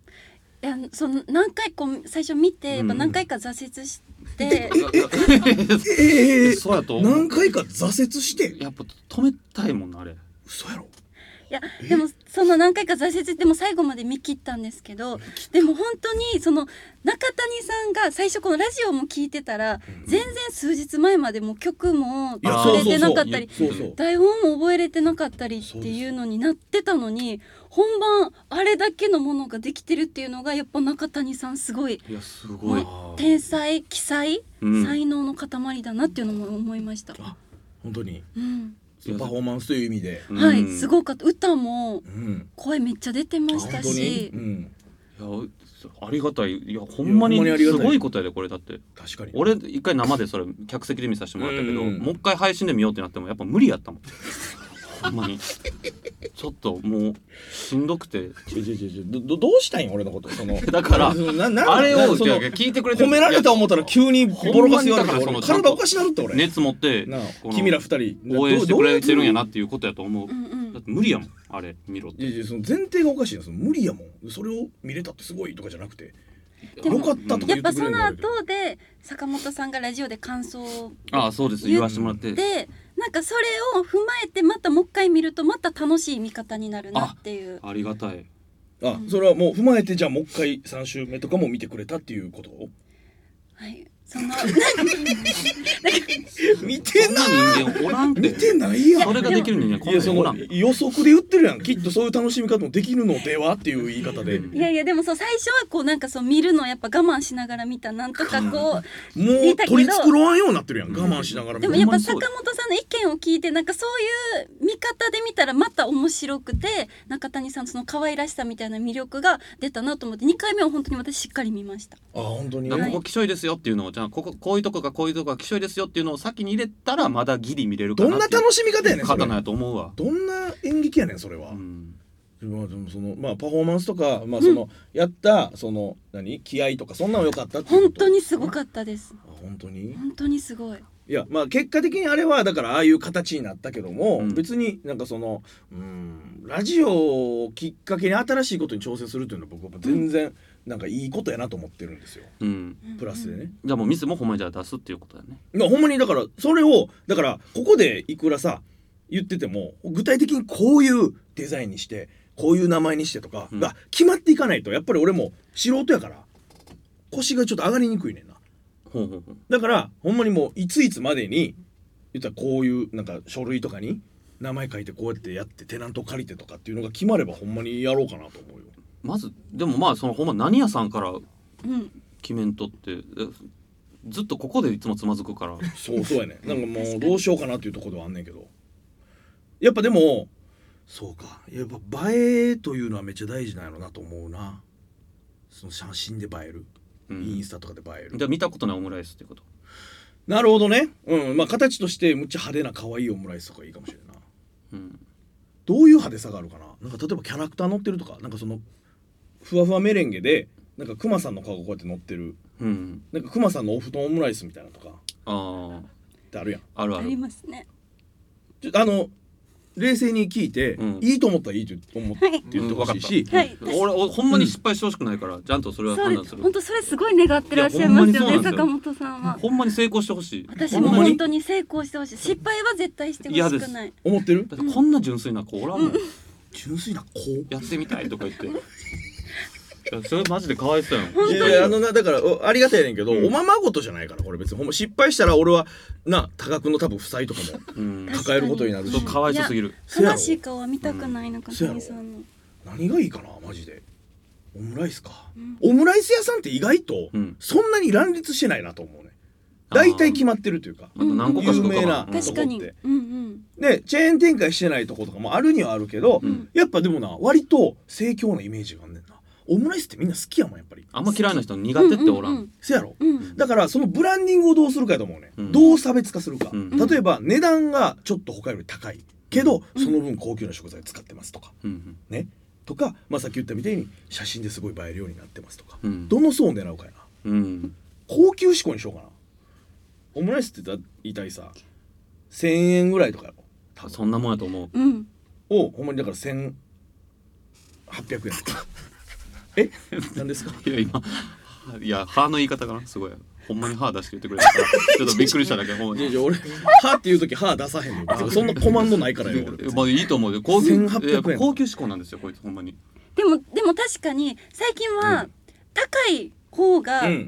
Speaker 4: いやその何回こう最初見てやっぱ何回か挫折して、
Speaker 3: ええ
Speaker 2: そうやと思う
Speaker 3: 何回か挫折して
Speaker 2: やっぱ止めたいもんなあれ
Speaker 3: 嘘やろ
Speaker 4: いやでもその何回か挫折でも最後まで見切ったんですけどでも本当にその中谷さんが最初このラジオも聞いてたら全然数日前までもう曲
Speaker 3: い
Speaker 4: も
Speaker 3: や
Speaker 2: 触
Speaker 4: 触れてなかっ
Speaker 3: そう
Speaker 4: たり
Speaker 3: そうそう
Speaker 4: 台本も覚えれてなかったりっていうのになってたのに本番あれだけのものができてるっていうのがやっぱ中谷さんすごい
Speaker 2: いやす
Speaker 4: ごい天才奇才、
Speaker 2: うん
Speaker 4: 才能の塊だなっていうのも思いました。
Speaker 3: あ本当に
Speaker 4: うん、
Speaker 3: そのパフォーマンスという意味で
Speaker 4: はいすごかった歌も
Speaker 3: うん
Speaker 4: 声めっちゃ出てまし
Speaker 3: 本
Speaker 4: た
Speaker 3: 当に
Speaker 4: し
Speaker 3: う。ん
Speaker 2: いやありがたいいやほんまに
Speaker 3: いやほんまにありが
Speaker 2: す
Speaker 3: たい
Speaker 2: ごいことやでこれだって
Speaker 3: 確かに
Speaker 2: 俺一回生でそれ客席で見させてもらったけど、
Speaker 3: うんうん
Speaker 2: もう一回配信で見ようってなってもやっぱ無理やったもんほんまにちょっともうしんどくて
Speaker 3: ちょちょちょちょどどどうしたいん俺のことその
Speaker 2: だから
Speaker 3: そのななん
Speaker 2: あれを
Speaker 3: そ
Speaker 2: いや
Speaker 3: の
Speaker 2: いや聞いてくれて
Speaker 3: 褒められた思ったら急にボロカス言われた
Speaker 2: ほんま
Speaker 3: ら俺
Speaker 2: にだからそのちゃ
Speaker 3: 体
Speaker 2: んと
Speaker 3: おかしなるって俺
Speaker 2: 熱持って
Speaker 3: なあ
Speaker 2: この
Speaker 3: 君ら二人
Speaker 2: 応援してくれてるんやな
Speaker 3: ど
Speaker 2: っていうことやと思う
Speaker 4: うんうん
Speaker 2: だって無理やもんあれ見ろっ
Speaker 3: うい
Speaker 2: て
Speaker 3: やいやその前提がおかしいなその無理やもんそれを見れたってすごいとかじゃなくて
Speaker 4: でも
Speaker 3: よかったとか言
Speaker 4: や
Speaker 3: っ
Speaker 4: っ
Speaker 3: て
Speaker 4: ぱ
Speaker 3: くれ
Speaker 4: そ
Speaker 3: るん
Speaker 4: の
Speaker 3: だけど
Speaker 4: 後で坂本さんがラジオで感想を
Speaker 2: ああそうです言わせてもらって
Speaker 4: でなんかそれを踏まえてまたもう一回見るとまた楽しい見方になるなっていう
Speaker 2: ありがたい
Speaker 3: あそれはもう踏まえてじゃあもう一回3週目とかも見てくれたっていうこと
Speaker 4: はいその
Speaker 3: 見
Speaker 2: そ
Speaker 3: て
Speaker 2: んな
Speaker 3: な
Speaker 2: い人間おらんて
Speaker 3: 見てないやん
Speaker 2: それができる人間こん
Speaker 3: いや
Speaker 2: な
Speaker 3: そ
Speaker 2: んおら
Speaker 3: の
Speaker 2: ん
Speaker 3: 予測で言ってるやんきっとそういう楽しみ方もできるのではっていう言い方で
Speaker 4: いやいやでもそう最初はこうなんかそう見るのやっぱ我慢しながら見たなんとかこ
Speaker 3: も
Speaker 4: いういだけど
Speaker 3: 取り繕わんようになってるやん我慢しながら見
Speaker 4: うで
Speaker 3: て
Speaker 4: もやっぱ坂本さんの意見を聞いてなんかそういう見方で見たらまた面白くて中谷さんのその可愛らしさみたいな魅力が出たなと思って2回目は本当に私しっかり見ました。
Speaker 3: あ本当に
Speaker 2: だから
Speaker 4: はい
Speaker 2: ここきしょいですよっていうのをじゃあこここういうとこがこういうとこがきしょいですよっていうのを先に入れたらまだギリ見れるか
Speaker 3: どん
Speaker 2: な
Speaker 3: な
Speaker 2: っていう
Speaker 3: 楽しみ方やねんそれ
Speaker 2: 方なんやと思うわ、
Speaker 3: どんな演劇やねんそれは、
Speaker 2: うん
Speaker 3: まあでもそのまあパフォーマンスとかまあその、やったその何気合とかそんなの良かったっていうこ
Speaker 4: 本
Speaker 3: と
Speaker 4: 当にすごかったです
Speaker 3: あ。本当に
Speaker 4: 本当にすごい。
Speaker 3: いやまあ結果的にあれはだからああいう形になったけども、
Speaker 2: うん
Speaker 3: 別になんかそのうんラジオをきっかけに新しいことに挑戦するというのは僕は全然なんかいいことやなと思ってるんですよ
Speaker 2: うん、
Speaker 3: プラスでね。
Speaker 2: じゃあもうミスもほんまにじゃあ出すっていうことだね
Speaker 3: まあほんまにだからそれをだからここでいくらさ言ってても具体的にこういうデザインにしてこういう名前にしてとか
Speaker 2: うん
Speaker 3: が決まっていかないとやっぱり俺も素人やから腰がちょっと上がりにくいねんな
Speaker 2: ほうほうほう
Speaker 3: だからほんまにもういついつまでに言ったらこういうなんか書類とかに名前書いてこうやってやってテナント借りてとかっていうのが決まればほんまにやろうかなと思うよ
Speaker 2: まずでもまあそのほんま何屋さんから
Speaker 4: うん。
Speaker 2: 決めんとってえずっとここでいつもつまずくから
Speaker 3: そうそうやねなんかもうどうしようかなっていうところではあんねんけどやっぱでもそうかやっぱ映えというのはめっちゃ大事なのなと思うなその写真で映える、
Speaker 2: うん
Speaker 3: インスタとかで映える
Speaker 2: じゃあ見たことないオムライスってこと
Speaker 3: なるほどねうんまあ形としてむっちゃ派手な可愛いオムライスとかいいかもしれんない
Speaker 2: うん
Speaker 3: どういう派手さがあるかななんか例えばキャラクター乗ってるとかなんかそのふわふわメレンゲでなんかクマさんの顔がこうやって乗ってる
Speaker 2: うん
Speaker 3: なんかクマさんのお布団オムライスみたいなのとか
Speaker 2: あ
Speaker 3: ってあるやん
Speaker 2: ああるあ
Speaker 4: あ
Speaker 2: る
Speaker 4: りますね。
Speaker 3: ちょあの冷静に聞いて、
Speaker 2: うん
Speaker 3: いいと思ったらいいと思って言ってほしいし、
Speaker 4: はい。はい
Speaker 2: 俺俺ほんまに失敗してほしくないから、ちゃんとそれは
Speaker 4: そ
Speaker 2: 判
Speaker 4: う
Speaker 2: 断
Speaker 4: ですす。
Speaker 2: る
Speaker 4: 本当それすごい願ってらっしゃいます
Speaker 2: いやほんま
Speaker 4: よ
Speaker 2: にそうなんです
Speaker 4: ね
Speaker 2: よ
Speaker 4: 坂本さんは。
Speaker 2: ほんまに成功してほしい
Speaker 4: 私
Speaker 2: ほん
Speaker 4: も
Speaker 2: まに
Speaker 4: 本当に成功してほしい。失敗は絶対してほしくない。
Speaker 3: 思ってる
Speaker 2: だってこんな純粋な子おらんもん
Speaker 3: 純粋な子
Speaker 2: やってみたいとか言って。いやそれマジで可哀想やん。
Speaker 3: いやいやあのなだからおありがたいねんけど、おままごとじゃないからこれ別にほんま失敗したら俺はな多額の多分負債とかも
Speaker 2: うん。
Speaker 4: 確か
Speaker 3: 抱えることになるし
Speaker 2: ちょっと可哀想すぎる。
Speaker 3: せやろ
Speaker 4: 悲しい顔は見たくない中
Speaker 3: せやろ
Speaker 4: 谷さんの。
Speaker 3: 何がいいかなマジでオムライスか、オムライス屋さんって意外と
Speaker 2: うん
Speaker 3: そんなに乱立してないなと思うね大体決まってるというか
Speaker 2: あと何個かし
Speaker 3: 有
Speaker 2: か浮かばん
Speaker 3: 名な
Speaker 2: うん
Speaker 4: 確かに。
Speaker 3: とこって
Speaker 4: うんうん。
Speaker 3: でチェーン展開してないとことかもあるにはあるけど、
Speaker 2: ん
Speaker 3: やっぱでもな割と盛況なイメージがあんねんなオムライスってみんな好きやもんやっぱり
Speaker 2: あんま嫌いな人苦手っておら
Speaker 4: うん
Speaker 2: ん。
Speaker 3: せやろ、
Speaker 4: うん
Speaker 3: だからそのブランディングをどうするかやと思うね、
Speaker 2: うん
Speaker 3: どう差別化するか、
Speaker 2: うん
Speaker 3: 例えば値段がちょっと他より高いけどその分高級な食材を使ってますとか
Speaker 2: うん。
Speaker 3: ねとか、まあ、さっき言ったみたいに写真ですごい映えるようになってますとか、
Speaker 2: うん
Speaker 3: どの層を狙うかやな
Speaker 2: うん。
Speaker 3: 高級志向にしようかなオムライスって言ったら言いたいさ1,000円ぐらいとかやろ多分
Speaker 2: そんなもんやと思う。
Speaker 4: うん。
Speaker 3: をほんまにだから1800円 え何ですか
Speaker 2: いや今いや歯の言い方かなすごいほんまに歯出して言ってくれた からちょっとびっくりしただけほんま
Speaker 3: いやい
Speaker 2: に
Speaker 3: や俺歯っていう時歯出さへんよ別にそんなコマンドないからよ俺
Speaker 2: まあいいと思うよ高級
Speaker 3: 1800
Speaker 2: い
Speaker 3: 円
Speaker 2: や高級志向なんですよこいつほんまに
Speaker 4: でもでも確かに最近
Speaker 3: う
Speaker 4: は高い方が
Speaker 3: う
Speaker 4: ほん
Speaker 3: ん
Speaker 4: ま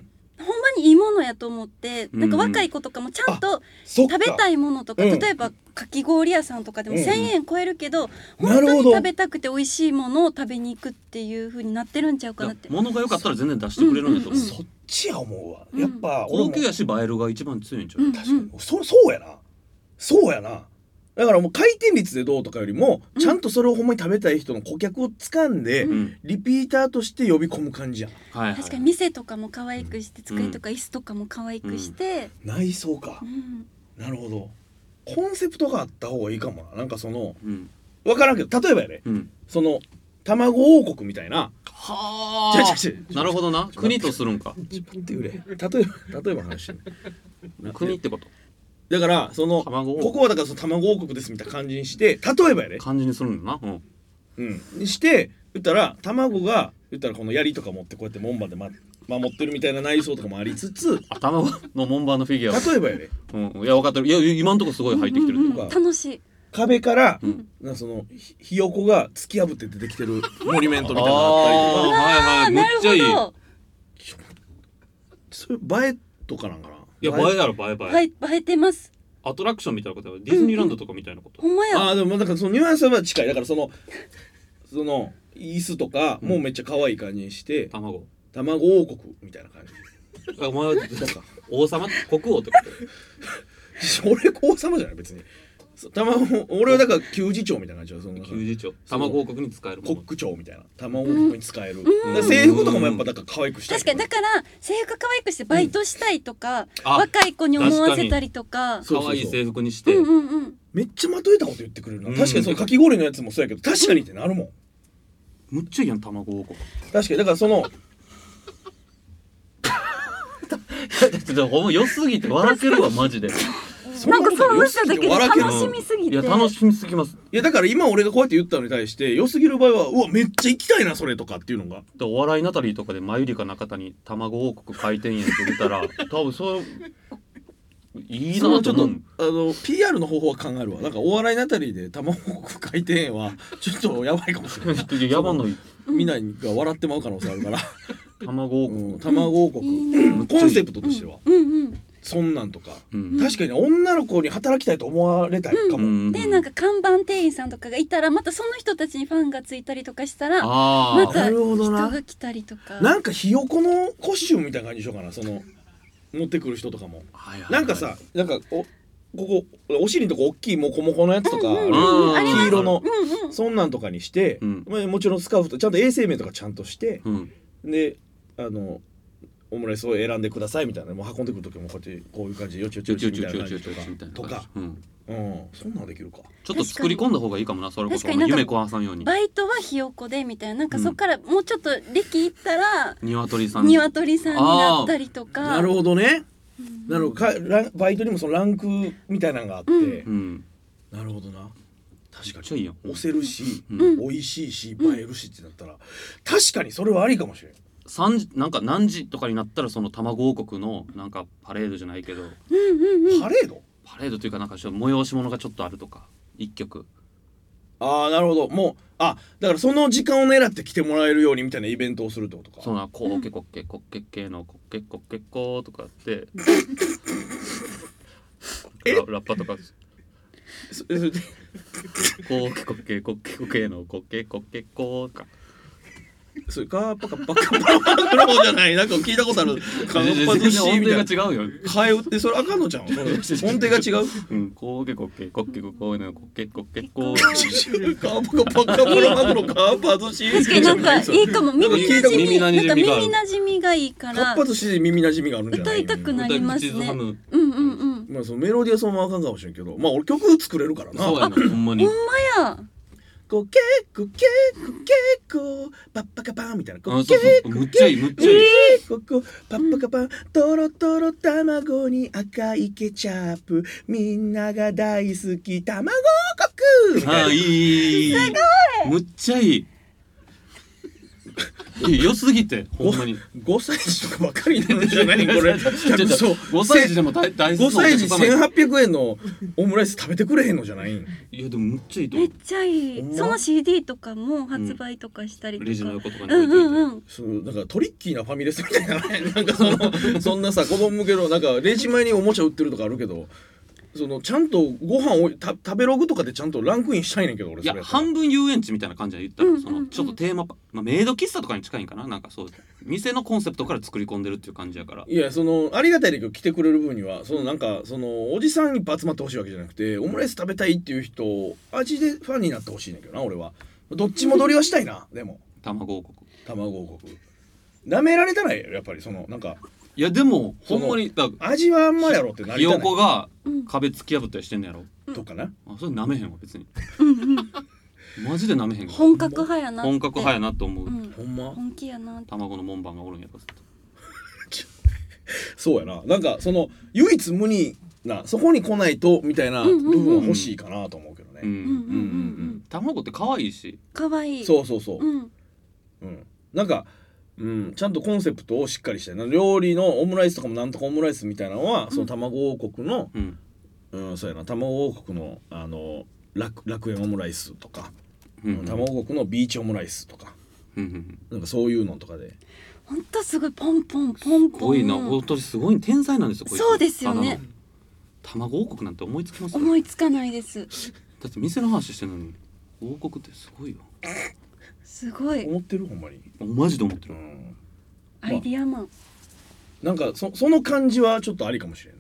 Speaker 4: にいいものやと思って、
Speaker 2: うん
Speaker 4: なんか若い子とかもちゃんと
Speaker 3: そっか
Speaker 4: 食べたいものとか、
Speaker 3: うん
Speaker 4: 例えばかき氷屋さんとかでも
Speaker 3: うん
Speaker 4: 1,000円超えるけど、
Speaker 3: な
Speaker 4: 本
Speaker 3: る
Speaker 4: 当
Speaker 3: ほど
Speaker 4: に食べたくて美味しいものを食べに行くっていう風になってるんちゃうかなって。
Speaker 2: 物が良かったら全然出してくれるんやと思う
Speaker 4: うん
Speaker 3: そっちや思うわ
Speaker 4: うん
Speaker 3: やっぱ俺も
Speaker 2: 高級やし映えるが一番強いんちゃ
Speaker 4: うんう
Speaker 2: うん
Speaker 3: 確かにそそうやなそうやなだからもう回転率でどうとかよりも
Speaker 4: うん
Speaker 3: ちゃんとそれをほんまに食べたい人の顧客を掴んで、
Speaker 4: う
Speaker 2: うん
Speaker 3: リピーターとして呼び込む感じや
Speaker 2: はいはい
Speaker 4: 確かに店とかも可愛くして机とか椅子とかも可愛くして、
Speaker 3: 内装か
Speaker 4: うん
Speaker 3: なるほどコンセプトがあった方がいいかもななんかその
Speaker 2: うん
Speaker 3: 分からんけど例えばやね
Speaker 2: うん
Speaker 3: その卵王国みたいな
Speaker 2: は
Speaker 3: 違う違う違
Speaker 2: あ
Speaker 3: う
Speaker 2: なるほどな国とするんか
Speaker 3: ちょっと待ってくれ例えば例えばの話してんねん
Speaker 2: 国ってこと
Speaker 3: だからその
Speaker 2: 卵王国
Speaker 3: ここはだからその卵王国ですみたいな感じにして例えばやね
Speaker 2: 漢字にするんだなうん
Speaker 3: うん、にして言ったら卵が言ったらこの槍とか持ってこうやって門番で、ま、守ってるみたいな内装とかもありつつ
Speaker 2: 頭の門番のフィギュア
Speaker 3: 例えばやね
Speaker 2: うんいや分かってるいや今んとこすごい入ってきてる
Speaker 4: うん
Speaker 2: と
Speaker 4: うん
Speaker 2: か
Speaker 4: うん楽しい
Speaker 3: 壁から、
Speaker 2: うん
Speaker 3: なんかそのひひよこが突き破って出てきてるモニュメントみたいなのがあったりとか
Speaker 2: あーはいはいめっ
Speaker 4: なる
Speaker 2: ちゃいい
Speaker 4: ほ
Speaker 3: そういう映えとかなんかない
Speaker 5: や映えやろ映え
Speaker 4: ど
Speaker 5: 映え、
Speaker 4: はい映えてます
Speaker 5: アトラクションみたいなことやディズニーランドとかみたいなこと、
Speaker 4: ほんまや
Speaker 3: ああでもだからそのニュアンスは近いだからそのその椅子とかもうめっちゃ可愛い感じにして、
Speaker 5: 卵
Speaker 3: 卵王国みたいな感じ
Speaker 5: あお前は
Speaker 3: なんか
Speaker 5: 王様国王ってこと
Speaker 3: 俺王様じゃない別にそう卵俺はだから給仕長みたいな感じはその
Speaker 5: 給仕長卵王国に使えるも
Speaker 3: コ
Speaker 5: の
Speaker 3: ック長みたいな卵王国に使える、
Speaker 4: うん
Speaker 3: だから制服とかもやっぱだから可愛くしたい
Speaker 4: 確かにだから制服可愛くしてバイトしたいとか、
Speaker 5: あ
Speaker 4: 若い子に思わせたりとか
Speaker 3: そう
Speaker 5: 可
Speaker 3: そう
Speaker 5: 愛
Speaker 3: そ
Speaker 5: いう制服にして、
Speaker 4: うんうんうん
Speaker 3: めっちゃまとえたこと言ってくれるな、
Speaker 5: うん
Speaker 3: 確かにそのかき氷のやつもそうやけど確かにってなるもん
Speaker 2: むっちゃいいやん卵王国
Speaker 3: 確かにだからその
Speaker 2: ちょっとほんま良すぎて笑けるわマジで
Speaker 3: そ
Speaker 4: なんかその嘘だけで
Speaker 3: 良すぎて笑けど
Speaker 4: 楽しみすぎ
Speaker 2: い
Speaker 4: て
Speaker 2: や楽しみすぎますだか
Speaker 3: いやだから今俺がこうやって言ったのに対して良すぎる場合はうわめっちゃ行きたいなそれとかっていうのが
Speaker 2: らお笑いナタリーとかでマユリカ中谷卵王国回転園って出たら多分そういい
Speaker 3: その
Speaker 2: な
Speaker 3: ち
Speaker 2: と
Speaker 3: ょっと
Speaker 2: 思
Speaker 3: あ
Speaker 2: う
Speaker 3: の PR の方法は考えるわなんかお笑いなたりで卵回転園はちょっとやばいかもしれない
Speaker 2: いややばない
Speaker 3: みんなが笑ってまう可能性あるから、
Speaker 2: 卵王
Speaker 3: う
Speaker 2: 国
Speaker 3: ん、卵王
Speaker 4: いい
Speaker 3: 国、
Speaker 4: ね
Speaker 3: コンセプトとしては、
Speaker 4: うんうん
Speaker 3: そんなんとか
Speaker 2: うん
Speaker 3: 確かに女の子に働きたいと思われたいかも、
Speaker 2: うん
Speaker 4: でなんか看板店員さんとかがいたらまたその人たちにファンがついたりとかしたら
Speaker 2: あ
Speaker 4: ま
Speaker 2: あ
Speaker 4: た
Speaker 3: なるほど
Speaker 4: 人
Speaker 3: な
Speaker 4: が来たりとか
Speaker 3: なんかひよこのコスチュームみたいな感じにしようかなその持ってくる人とかも
Speaker 2: はいはいはい
Speaker 3: なんかさなんかおここお尻のとこ大きいモコモコのやつとかある
Speaker 2: うんうんうんあります
Speaker 3: 黄色の
Speaker 4: うんうん
Speaker 3: そんなんとかにして、
Speaker 2: うん
Speaker 3: まあもちろんスカーフとちゃんと衛生面とかちゃんとして
Speaker 2: うん
Speaker 3: であのオムライスを選んでくださいみたいなもう運んでくる時もこうやってこういう感じでよちよち
Speaker 2: ちょ
Speaker 3: よ
Speaker 2: ち
Speaker 3: ち
Speaker 2: ょち
Speaker 3: みた
Speaker 2: ょ
Speaker 3: い
Speaker 2: ち
Speaker 3: な
Speaker 2: ょ
Speaker 3: 感
Speaker 2: ちょちょちょみたい
Speaker 3: じとか
Speaker 2: な
Speaker 3: と
Speaker 2: 感じ
Speaker 3: か、
Speaker 2: うん
Speaker 3: うん、そんなんできるか
Speaker 2: ちょっと作り込んだ方がいいかもなそれこそ
Speaker 4: 確かになんか
Speaker 2: 夢子さんように
Speaker 4: バイトはひよこでみたいななんかそこからもうちょっと歴いったら
Speaker 2: 鶏さん
Speaker 4: 鶏さんになったりとか
Speaker 3: なるほどね
Speaker 4: うん
Speaker 3: なるほどかランバイトにもそのランクみたいなのがあって、
Speaker 4: うん
Speaker 2: うん
Speaker 3: なるほどな確
Speaker 2: めっ
Speaker 3: かに
Speaker 2: ちゃいいやん
Speaker 3: 押せるし、
Speaker 2: うん
Speaker 3: 美味しいし映えるしってなったら、確かにそれはありかもしれん
Speaker 2: 三時なんか何時とかになったらその卵王国のなんかパレードじゃないけど
Speaker 4: うんうんうん
Speaker 3: パレード
Speaker 2: パレードというかなんかちょっと催し物がちょっとあるとか一曲
Speaker 3: ああなるほどもうあだからその時間を狙って来てもらえるようにみたいなイベントをするってことか
Speaker 2: そうなこうけこっけこっけっけのこっけこっけっこーとかやってララッパとか
Speaker 3: そそれで
Speaker 2: こうけこっけこっけこっけのこっけこっけっこーとか
Speaker 3: それカーパカパカパカパの方じゃないなんか聞いたことあるカ
Speaker 2: 全
Speaker 3: ー
Speaker 2: 然
Speaker 3: パ寿司
Speaker 2: 音
Speaker 3: みたいな
Speaker 2: 程が違うよ
Speaker 3: 替え歌ってそれあかんのじゃんそれ音程が違う
Speaker 2: うんこうけこっけこっけこっけのこっけこっけっこー
Speaker 3: カーパカパカパのマグロカーパ寿司
Speaker 4: 確かになんかいいかも
Speaker 3: なんか
Speaker 4: 耳
Speaker 3: 聞い
Speaker 4: な
Speaker 3: たこと
Speaker 4: じみなんか
Speaker 2: 耳馴染みがある
Speaker 4: 耳なじみがいい
Speaker 3: カ
Speaker 4: か
Speaker 3: ッ
Speaker 4: ら
Speaker 3: パ寿司で耳馴染みがあるんじゃな
Speaker 4: 歌
Speaker 3: い
Speaker 4: いたくなりま
Speaker 5: 歌
Speaker 4: す
Speaker 5: い口ずさ
Speaker 4: ね
Speaker 5: む
Speaker 4: うんうんうん
Speaker 3: まあそのメロディーはそのままあかんかもしれんけどまあ俺曲作れるからな
Speaker 5: そうやなほんまに
Speaker 4: ほんまや
Speaker 3: 構結構結構結構パッパカパンみたいなこ
Speaker 6: あ
Speaker 3: う
Speaker 6: そう
Speaker 3: 結
Speaker 6: そう
Speaker 3: 構
Speaker 6: むっちゃいいむっちゃいい、
Speaker 3: 結構パッパカパンとろとろ卵に赤いケチャップみんなが大好き卵王国みた
Speaker 6: あ
Speaker 3: いな
Speaker 6: ーいいいいすごいむっちゃいいいや良すぎてほんまに
Speaker 3: 5歳児とかばっかりなんじゃないこれ そう
Speaker 6: 5歳児でも大大
Speaker 3: 5歳児
Speaker 6: そうそう
Speaker 3: 1800円のオムライス食べてくれへんのじゃないん
Speaker 2: いやでもむっちゃいいと
Speaker 4: め
Speaker 2: 思
Speaker 4: っちゃい
Speaker 3: ほん
Speaker 4: い
Speaker 3: ま
Speaker 4: その CD とかも発売とかしたり
Speaker 2: う
Speaker 4: と
Speaker 2: レジ
Speaker 4: か、
Speaker 2: の
Speaker 4: うん、
Speaker 2: 横とかに置い
Speaker 4: うん
Speaker 2: ていて、
Speaker 4: うん
Speaker 3: そうなんかトリッキーなファミレスみたいなね なんかそのそんなさ子供向けのなんかレジ前におもちゃ売ってるとかあるけどそのちゃんとご飯をた食べログとかでちゃんとランクインしたいねんけど俺
Speaker 2: い
Speaker 3: そ
Speaker 2: や
Speaker 3: れったら
Speaker 2: 半分遊園地みたいな感じで言った
Speaker 4: うんうん
Speaker 2: ら
Speaker 4: うん
Speaker 2: そのちょっとテーマパまあメイド喫茶とかに近いんかななんかそう店のコンセプトから作り込んでるっていう感じやから
Speaker 3: いやそのありがたいけど来てくれる分にはそのなんかそのおじさんにいっぱい集まってほしいわけじゃなくてオムライス食べたいっていう人味でファンになってほしいねんだけどな俺はどっちも取りはしたいなでも
Speaker 2: 卵王国
Speaker 3: 卵王国舐められたらええよやっぱりそのなんか
Speaker 2: いやでもほんまにだ
Speaker 3: 味はあんまやろってな
Speaker 2: ひ
Speaker 3: りた
Speaker 2: よ
Speaker 3: ない
Speaker 2: こが
Speaker 4: うん
Speaker 2: 壁突き破ったりしてんのやろ
Speaker 3: とかな
Speaker 2: あそれなめへんわ別に
Speaker 4: うんうん
Speaker 2: マジでなめへんわ
Speaker 4: 本格派やなって
Speaker 2: 本格派やなと思う、
Speaker 4: うん
Speaker 3: ほんま
Speaker 4: 本気やなって
Speaker 2: 卵の門番がおるんやろずっと
Speaker 3: そうやななんかその唯一無二なそこに来ないとみたいな
Speaker 4: うん
Speaker 3: 部
Speaker 4: うんうん
Speaker 3: 分は欲しいかなと思うけどね、
Speaker 2: う
Speaker 4: うんうんうん
Speaker 2: ん
Speaker 4: うん
Speaker 2: 卵って可愛いし
Speaker 4: かわいい
Speaker 3: そうそうそう、
Speaker 4: うん
Speaker 3: うん、なんか、うん、ちゃんとコンセプトをしっかりしたいな料理のオムライスとかもなんとかオムライスみたいなのは、その卵王国の、
Speaker 2: うん
Speaker 3: うん、そうやな卵王国のあの楽楽園オムライスとか、
Speaker 2: うんうん
Speaker 3: 卵王国のビーチオムライスとか
Speaker 2: うんうん
Speaker 3: なんかそういうのとかで
Speaker 4: ほんとすごいポンポンポン
Speaker 2: す
Speaker 4: ポ
Speaker 2: ご
Speaker 4: ン
Speaker 2: いな本当にすごい天才なんですよこいつ
Speaker 4: そうですよね
Speaker 2: ただの卵王国なんて思いつきます
Speaker 4: 思いつかないです
Speaker 2: だって店の話してるのに王国ってすごいよ
Speaker 4: すごい
Speaker 3: 思ってるほんまに、
Speaker 2: マジで思って
Speaker 3: う
Speaker 2: る
Speaker 3: ん、
Speaker 4: アイディアマン
Speaker 3: なんかそその感じはちょっとありかもしれん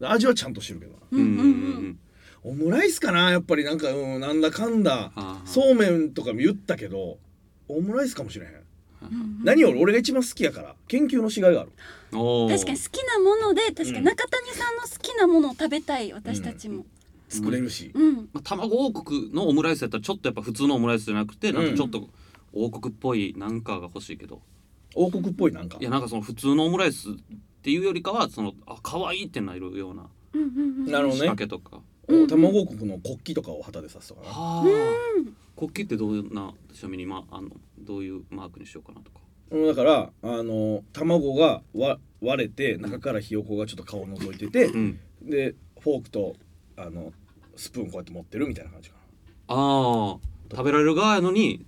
Speaker 3: な味はちゃんとしてるけどな
Speaker 4: うんうんうん
Speaker 3: オムライスかなやっぱりなんか、うん、なんだかんだ
Speaker 2: ああ
Speaker 3: そうめんとかも言ったけどオムライスかもしれへん、
Speaker 4: うん
Speaker 3: 何より俺が一番好きやから研究のしがいがある
Speaker 2: おー
Speaker 4: 確かに好きなもので確かに中谷さんの好きなものを食べたい私たちも
Speaker 3: 作れるし、
Speaker 4: うん
Speaker 2: まあ、卵王国のオムライスやったらちょっとやっぱ普通のオムライスじゃなくてなんかちょっと王国っぽいなんかが欲しいけど、
Speaker 3: 王国っぽいなんか
Speaker 2: いやなんかその普通のオムライスっていうよりかはそのあ可愛いってなるような
Speaker 4: うんうんうん
Speaker 3: なるほ
Speaker 2: 仕
Speaker 3: どね
Speaker 2: 掛けとか、
Speaker 4: うん
Speaker 3: お卵王国の国旗とかを旗で刺すとかな
Speaker 2: はあ、国旗ってどんなちなみに、ま、あのどういうマークにしようかなとか
Speaker 3: うんだからあの卵がわ割れて中からひよこがちょっと顔を覗いてて、
Speaker 2: うん
Speaker 3: でフォークとあのスプーンこうやって持ってるみたいな感じか
Speaker 2: ああ食べられる側やのに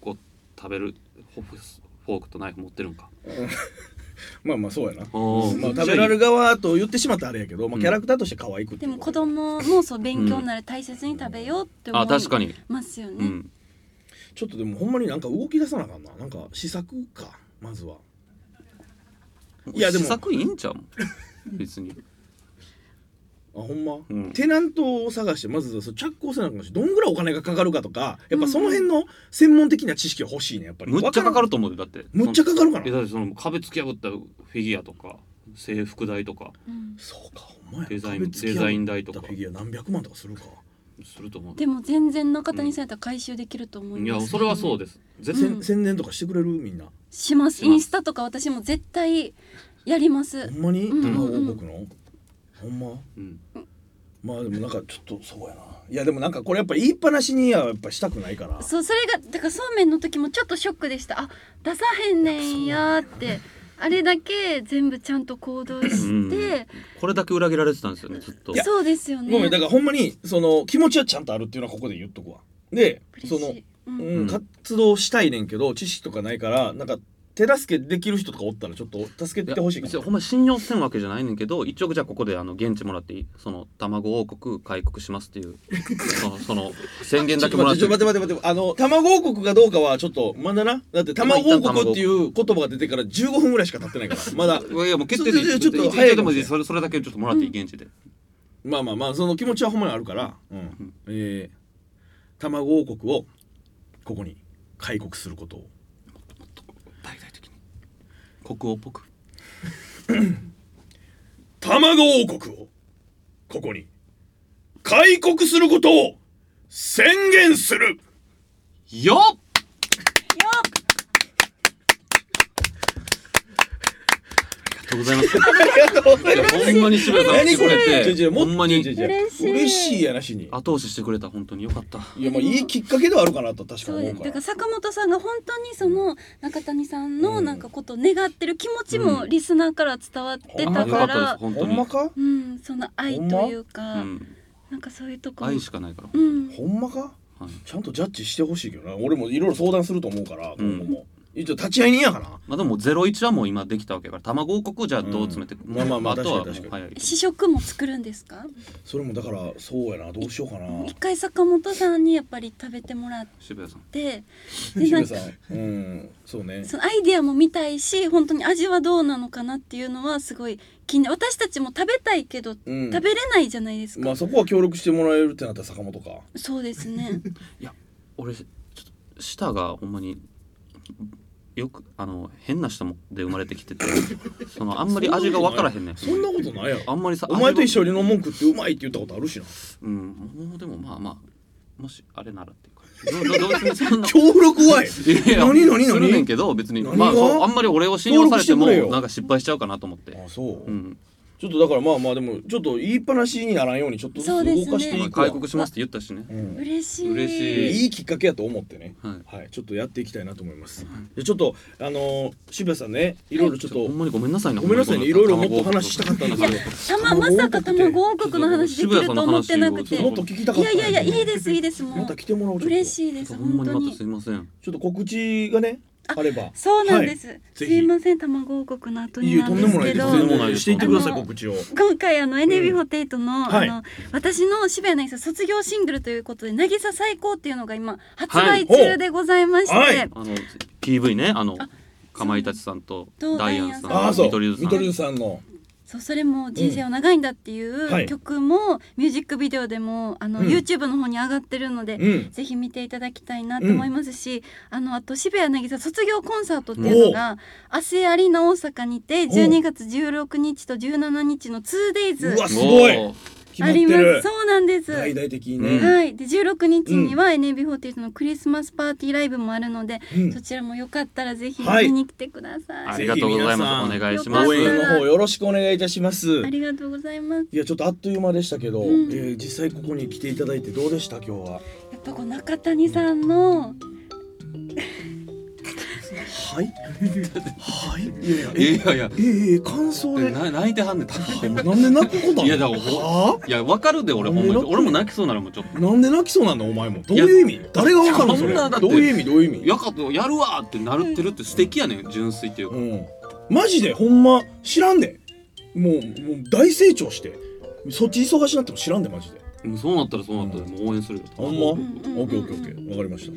Speaker 2: こう食べるフォフォークとナイフ持ってるんか
Speaker 3: なまあまあそうやな、
Speaker 2: あー
Speaker 3: まあ、食べられる側と言ってしまったらあれやけど、ま
Speaker 2: う
Speaker 3: あ、
Speaker 2: ん
Speaker 3: キャラクターとして可愛くって
Speaker 4: で
Speaker 3: いう
Speaker 4: も
Speaker 3: こと
Speaker 4: 子供もそう勉強になら大切に食べようって思
Speaker 2: あ
Speaker 4: い
Speaker 2: 確かに
Speaker 4: ますよ
Speaker 2: う
Speaker 4: ね
Speaker 2: ん
Speaker 3: ちょっとでもほんまになんか動き出さなあかんななんか試作かまずは。いやでも
Speaker 2: 試作いいんちゃう 別に
Speaker 3: あほんま、
Speaker 2: うん
Speaker 3: テナントを探してまずその着工せなあかんしどんぐらいお金がかかるかとかやっぱその辺の専門的な知識は欲しいねやっぱり
Speaker 2: むっちゃかかる
Speaker 3: と
Speaker 2: と思うよだって
Speaker 3: むっちゃかかるか
Speaker 2: え
Speaker 3: な
Speaker 2: だってその壁突き破ったフィギュアとか制服代とか
Speaker 4: うん
Speaker 3: そうかほんまや
Speaker 2: デザイン
Speaker 3: 壁付き合う
Speaker 2: デザイン代とか
Speaker 3: フィギュア何百万とかするか
Speaker 2: すると思う
Speaker 4: でも全然中谷さんやったら回収できると思い
Speaker 2: い
Speaker 4: ま
Speaker 2: や
Speaker 4: す
Speaker 2: それはそうです絶
Speaker 3: せ
Speaker 2: 対、
Speaker 3: ん
Speaker 4: うん
Speaker 3: 宣伝とかしてくれるみんな
Speaker 4: します
Speaker 2: します
Speaker 4: インスタとか私も絶対やりま
Speaker 3: ほ
Speaker 4: す
Speaker 3: んまに
Speaker 4: うん
Speaker 3: 卵王国の、ほんま
Speaker 2: うん
Speaker 3: まあでもなんかちょっとそうやないやでもなんかこれやっぱ言いっぱなしにはやっぱしたくないから
Speaker 4: そうそれがだからそうめんの時もちょっとショックでしたあ出さへんねんやーってあれだけ全部ちゃんと行動して、
Speaker 2: これだけ裏切られてたんですよねずっと
Speaker 3: いや
Speaker 4: そうですよね
Speaker 3: ごめんだからほんまにその気持ちはちゃんとあるっていうのはここで言っとくわで
Speaker 4: 嬉
Speaker 3: そ
Speaker 4: し
Speaker 3: の
Speaker 4: い、うん
Speaker 3: う
Speaker 2: うん
Speaker 3: ん、活動したいねんけど知識とかないからなんか手助けできる人とかおったらちょっと助
Speaker 2: い
Speaker 3: け
Speaker 2: や
Speaker 3: てほしいか
Speaker 2: 別に
Speaker 3: も
Speaker 2: ほんま信用せんわけじゃないねんけど一応じゃあここであの現地もらっていいその卵王国開国しますっていうそのそ の宣言だけもらって
Speaker 3: ちょっと待って待って待って待ってあの卵王国かどうかはちょっとまだなだって卵王国っていう言葉が出てから15分ぐらいしか経ってないからまだ
Speaker 2: いやいやもう決定でいい
Speaker 3: ちょちょちょっ
Speaker 2: 一
Speaker 3: と
Speaker 2: 応
Speaker 3: 早い
Speaker 2: で
Speaker 3: か
Speaker 2: も
Speaker 3: も
Speaker 2: い
Speaker 3: し
Speaker 2: い
Speaker 3: れん
Speaker 2: それそれだけちょっともらっていい現地で、
Speaker 3: まあまあまあその気持ちはほんまにあるから、うんえー、卵王国をここに開国することを
Speaker 2: 大々的に国王っぽく
Speaker 3: 卵王国をここに開国することを宣言する
Speaker 7: よっ
Speaker 2: りがとうございます。
Speaker 3: ありがとうござい
Speaker 2: い
Speaker 3: ま
Speaker 2: や
Speaker 3: す
Speaker 2: ほんまに渋谷さん来てくれ
Speaker 3: ち
Speaker 2: て、
Speaker 3: ょ
Speaker 2: ほんまに
Speaker 3: ちょちょ
Speaker 4: 嬉しい
Speaker 3: 嬉しいやなしに
Speaker 2: 後押ししてくれた本当によかった。
Speaker 3: いやまあいいきっかけではあるかなと確か
Speaker 4: そう
Speaker 3: に
Speaker 4: です
Speaker 3: 思
Speaker 4: だ
Speaker 3: うか
Speaker 4: か
Speaker 3: ら
Speaker 4: ら坂本さんが本当にその中谷さん
Speaker 3: う
Speaker 4: の
Speaker 3: ん
Speaker 4: なんかことを願ってる気持ちもリスナーから伝わって
Speaker 3: ほ
Speaker 4: た
Speaker 3: ん
Speaker 2: よかった
Speaker 4: か
Speaker 2: です
Speaker 4: ら、
Speaker 2: 本
Speaker 3: ほ
Speaker 2: 当
Speaker 3: んま
Speaker 2: に。
Speaker 3: か
Speaker 4: うん、その愛という
Speaker 2: う
Speaker 4: か、
Speaker 2: ん、
Speaker 4: なんかそういうとこも
Speaker 2: 愛しかないから。
Speaker 4: うん、
Speaker 3: ほんまか
Speaker 2: はい
Speaker 3: ちゃんとジャッジしてほしいけどな俺もいろいろ相談すると思うから
Speaker 2: うん
Speaker 3: 今後も一応立ち会い人やから
Speaker 2: まあでもゼロ一はもう今できたわけだから、卵王国をじゃあどう詰めていく。
Speaker 3: うんまあまあまあ
Speaker 2: とはもう
Speaker 3: 確かに確か
Speaker 2: 早い。
Speaker 4: 試食も作るんですか
Speaker 3: それもだからそうやなどうしようかな
Speaker 4: 一回坂本さんにやっぱり食べてもらっ
Speaker 2: 渋谷さん。
Speaker 4: てで
Speaker 3: 渋
Speaker 4: なん
Speaker 3: 谷
Speaker 4: か
Speaker 3: さんうんそうね
Speaker 4: そのアイディアも見たいし本当に味はどうなのかなっていうのはすごい気にな私たちも食べたいけど食
Speaker 3: うん
Speaker 4: べれないじゃないですか、
Speaker 3: まあそこは協力してもらえるってなったら坂本か
Speaker 4: そうですね
Speaker 2: 俺、ちょっと舌がほんまに。よくあの変な舌もで生まれてきててそのあんまり味が分からへんね
Speaker 3: そんなことないやろ
Speaker 2: あんまりさ
Speaker 3: お前と一
Speaker 2: 緒
Speaker 3: 緒に飲もん食ってうまいって言ったことあるしな
Speaker 2: うんもうでもまあまあもしあれならっていうかどうどう別にそんな
Speaker 3: 協力はい
Speaker 2: いや
Speaker 3: 何何何
Speaker 2: するねんけど別に
Speaker 3: 何が
Speaker 2: まあそうあんまり俺を信用されても
Speaker 3: 登録してくれよ
Speaker 2: なんか失敗しちゃうかなと思って
Speaker 3: あそう、
Speaker 2: うん
Speaker 3: ちょっとだからまあまあでもちょっと言いっぱなしにならんようにちょっとずつ
Speaker 4: そうですね
Speaker 3: 動かしていくわ
Speaker 2: 開国しますって言ったしね
Speaker 3: うん
Speaker 4: 嬉しい
Speaker 2: 嬉し
Speaker 3: いいきっかけやと思ってね
Speaker 2: はい
Speaker 3: はいちょっとやっていきたいなと思いますでちょっとあのー渋谷さんねいろいろちょっ
Speaker 2: ほ
Speaker 3: と
Speaker 2: んまにごめんなさいな
Speaker 3: ごめんなさいねいろいろもっと話したかったんですけ
Speaker 4: たままさか卵王国の話できると思ってなくて
Speaker 3: どもっと聞きたか
Speaker 4: い
Speaker 3: った
Speaker 4: やいやいやいいですいいですも
Speaker 3: ま
Speaker 4: う
Speaker 3: た来てもらおうちょっと
Speaker 4: 嬉しいです
Speaker 2: ほんま
Speaker 4: 本
Speaker 2: にま
Speaker 4: 当
Speaker 2: た
Speaker 4: に
Speaker 2: すいません
Speaker 3: ちょっと告知がねあれば
Speaker 4: そうなんです、
Speaker 3: ぜ
Speaker 4: す
Speaker 3: ひ
Speaker 4: いません卵王国の後
Speaker 3: い
Speaker 4: に
Speaker 3: え
Speaker 4: な
Speaker 3: と
Speaker 4: ん
Speaker 3: ん
Speaker 4: で
Speaker 3: でも
Speaker 4: す
Speaker 3: ないです
Speaker 4: けど
Speaker 3: とんでもないですしていってください
Speaker 4: あの
Speaker 3: 告知を
Speaker 4: 今回あの NB48 の,、
Speaker 3: はい
Speaker 4: あの私の渋谷渚卒業シングルということで「渚最高」っていうのが今発
Speaker 2: はい
Speaker 4: 売中でございまして、
Speaker 3: はいはい
Speaker 2: あの PV ねあのかまいたちさんと
Speaker 4: と
Speaker 2: ダイアンさん
Speaker 3: ああそう
Speaker 2: 見取り図
Speaker 3: 見
Speaker 2: さん
Speaker 3: 取り図さんの
Speaker 4: そうそれも「人生は長いんだ」ってい
Speaker 3: うんはいう
Speaker 4: 曲も、ミュージックビデオでもあの、
Speaker 3: うん
Speaker 4: YouTube の方に上がってるので、
Speaker 3: うん
Speaker 4: ぜひ見ていただきたいなと思いますし、あのあと渋谷渚卒業コンサートっていうのが明日アリーナ大阪にて12月16日と17日の 2days
Speaker 3: うわすごい
Speaker 2: おー
Speaker 3: 決ま
Speaker 4: あ
Speaker 3: って
Speaker 4: ります
Speaker 3: る
Speaker 4: そうなんです。
Speaker 3: 大々的に
Speaker 2: うん
Speaker 3: ね
Speaker 4: はい、で16日には NB48 のクリスマスパーティーライブもあるので、
Speaker 3: うん
Speaker 4: そちらもよかったらぜひ
Speaker 3: はい
Speaker 4: 見に来てください。
Speaker 2: ありがとうござい
Speaker 3: ぜひ皆
Speaker 2: ます
Speaker 3: さん
Speaker 2: お願いしま
Speaker 4: よ
Speaker 2: す
Speaker 3: 応
Speaker 4: かっ
Speaker 3: 援の方よろしくお願いいたします
Speaker 4: ありがとうございます。
Speaker 3: いやちょっとあっという間でしたけど、
Speaker 4: うん
Speaker 3: えー実際ここに来ていただいてどうでした今日は
Speaker 4: やっぱこう中谷さんの
Speaker 3: はいはいいやいやえ
Speaker 7: いやいや
Speaker 3: えええ感想で、
Speaker 7: な泣いてはんねん多分
Speaker 3: なんで泣くことあんの
Speaker 7: いやだからほ
Speaker 3: はい
Speaker 2: やわかるで俺ほんまに俺も泣きそうなるもんちょっ
Speaker 3: あなんで泣きそうなんだお前もどういう意味誰がわかるのそ
Speaker 2: そん
Speaker 3: れ
Speaker 2: なだって
Speaker 3: どういう意味どういう意
Speaker 2: と
Speaker 3: 味
Speaker 2: やかとやるわーってなるってるって素敵やねん純粋っていう
Speaker 3: う
Speaker 2: か
Speaker 3: んマジでほんま知らんでもうもう大成長してそっち忙しなっても知らんでマジで
Speaker 2: もうそうなったらそうなったらもう応援するよ
Speaker 3: ほんま、
Speaker 4: んうんうん
Speaker 3: オッケーオッケーオッケーわかりました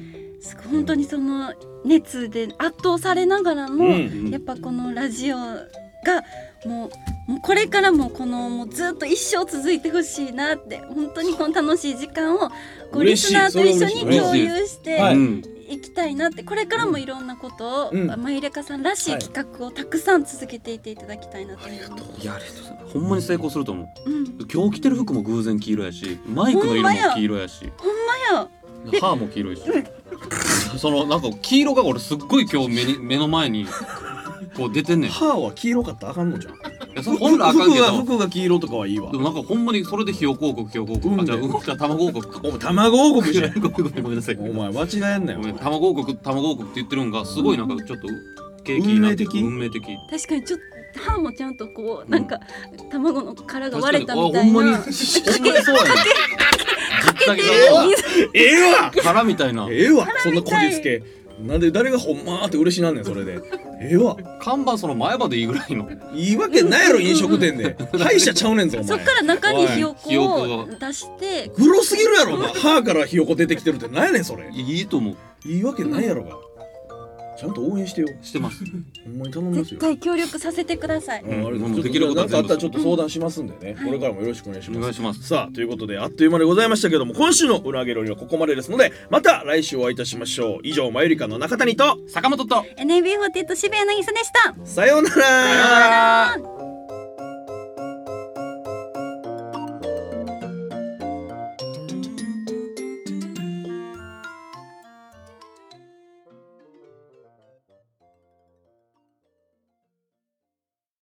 Speaker 4: すごい本当にその熱で圧倒されながらも、
Speaker 3: うん
Speaker 2: うん
Speaker 4: やっぱこのラジオがもうもうこれからもこのもうずっと一生続いてほしいなって本当にこの楽しい時間をこうリ
Speaker 3: 嬉しい
Speaker 4: スナーと一緒
Speaker 3: そ
Speaker 4: に
Speaker 2: れは
Speaker 4: 共
Speaker 2: 嬉しい
Speaker 4: 有して。
Speaker 3: はい
Speaker 2: うん
Speaker 4: 行きたいなってこれからもいろんなことを、
Speaker 3: うん
Speaker 4: まあマイレカさんらしい企画をたくさん続けていていただきたいなと思います。
Speaker 2: いやありがとうございますほんまに成功すると思う
Speaker 4: うん、
Speaker 2: 今日着てる服も偶然黄色やしマイクの色も黄色やし
Speaker 4: ほんまや。
Speaker 2: 歯も黄色いしそのなんか黄色が俺すっごい今日目に目の前にこう出てんねんい
Speaker 3: 歯は黄色かったらあかんのじゃん
Speaker 2: やそれほんらあかんけ
Speaker 3: 服が
Speaker 2: ど
Speaker 3: 服が黄色とかはいいわ
Speaker 2: でもなんかほんまにそれでひよ広告ひよ広告、あじゃあうんじゃあ卵王国か
Speaker 3: お前卵王国じゃん
Speaker 2: ごめんなさいご
Speaker 3: お前間違えんなよ
Speaker 2: めん卵王国卵王国って言ってるんがすごいなんかちょっと景気になってる
Speaker 3: 運
Speaker 2: 運命的
Speaker 4: 確かにちょっと歯もちゃんとこうなんか卵の殻が割れたみ
Speaker 2: 確か
Speaker 4: た
Speaker 2: にあ
Speaker 4: い
Speaker 2: ほんまに。
Speaker 4: な
Speaker 2: ほんまにそうやね実体
Speaker 3: ええわ
Speaker 2: が殻みたいな
Speaker 3: ええわそんなこじつけなんで誰がほんまーって嬉しなんねんそれでええわ
Speaker 2: 看板その前歯でいいぐらいの
Speaker 3: いいわけないやろ飲食店で歯医者ちゃうねんぞお
Speaker 4: そ
Speaker 3: 前
Speaker 4: っから中にひよ
Speaker 2: おいひよ
Speaker 4: こを
Speaker 2: こ
Speaker 4: 出して
Speaker 3: グロすぎるやろお前歯からひよこ出てきてるってなんやねんそれ
Speaker 2: いいと思う
Speaker 3: いいわけないやろがちゃんと応援してよ
Speaker 2: してます
Speaker 3: ほんまに頼みます
Speaker 4: 絶
Speaker 3: よ
Speaker 4: 対協力させてください。
Speaker 3: うんありがとう
Speaker 2: もう
Speaker 3: ちょっ
Speaker 2: できること
Speaker 3: な
Speaker 2: は
Speaker 3: んかあ
Speaker 2: 全
Speaker 3: っ
Speaker 2: 部
Speaker 3: たらちょっと相談しますんでね、
Speaker 4: はい
Speaker 3: これからもよろしくお願いし
Speaker 2: お
Speaker 3: ま
Speaker 2: 願い
Speaker 3: す
Speaker 2: します
Speaker 3: さあということであっという間でございましたけども今週の「うなげろり」はここまでですのでまた来週お会いいたしましょう以上マユリカの中谷と
Speaker 2: 坂本と
Speaker 4: NB48 渋谷渚でした。
Speaker 3: さようなら
Speaker 4: さようなら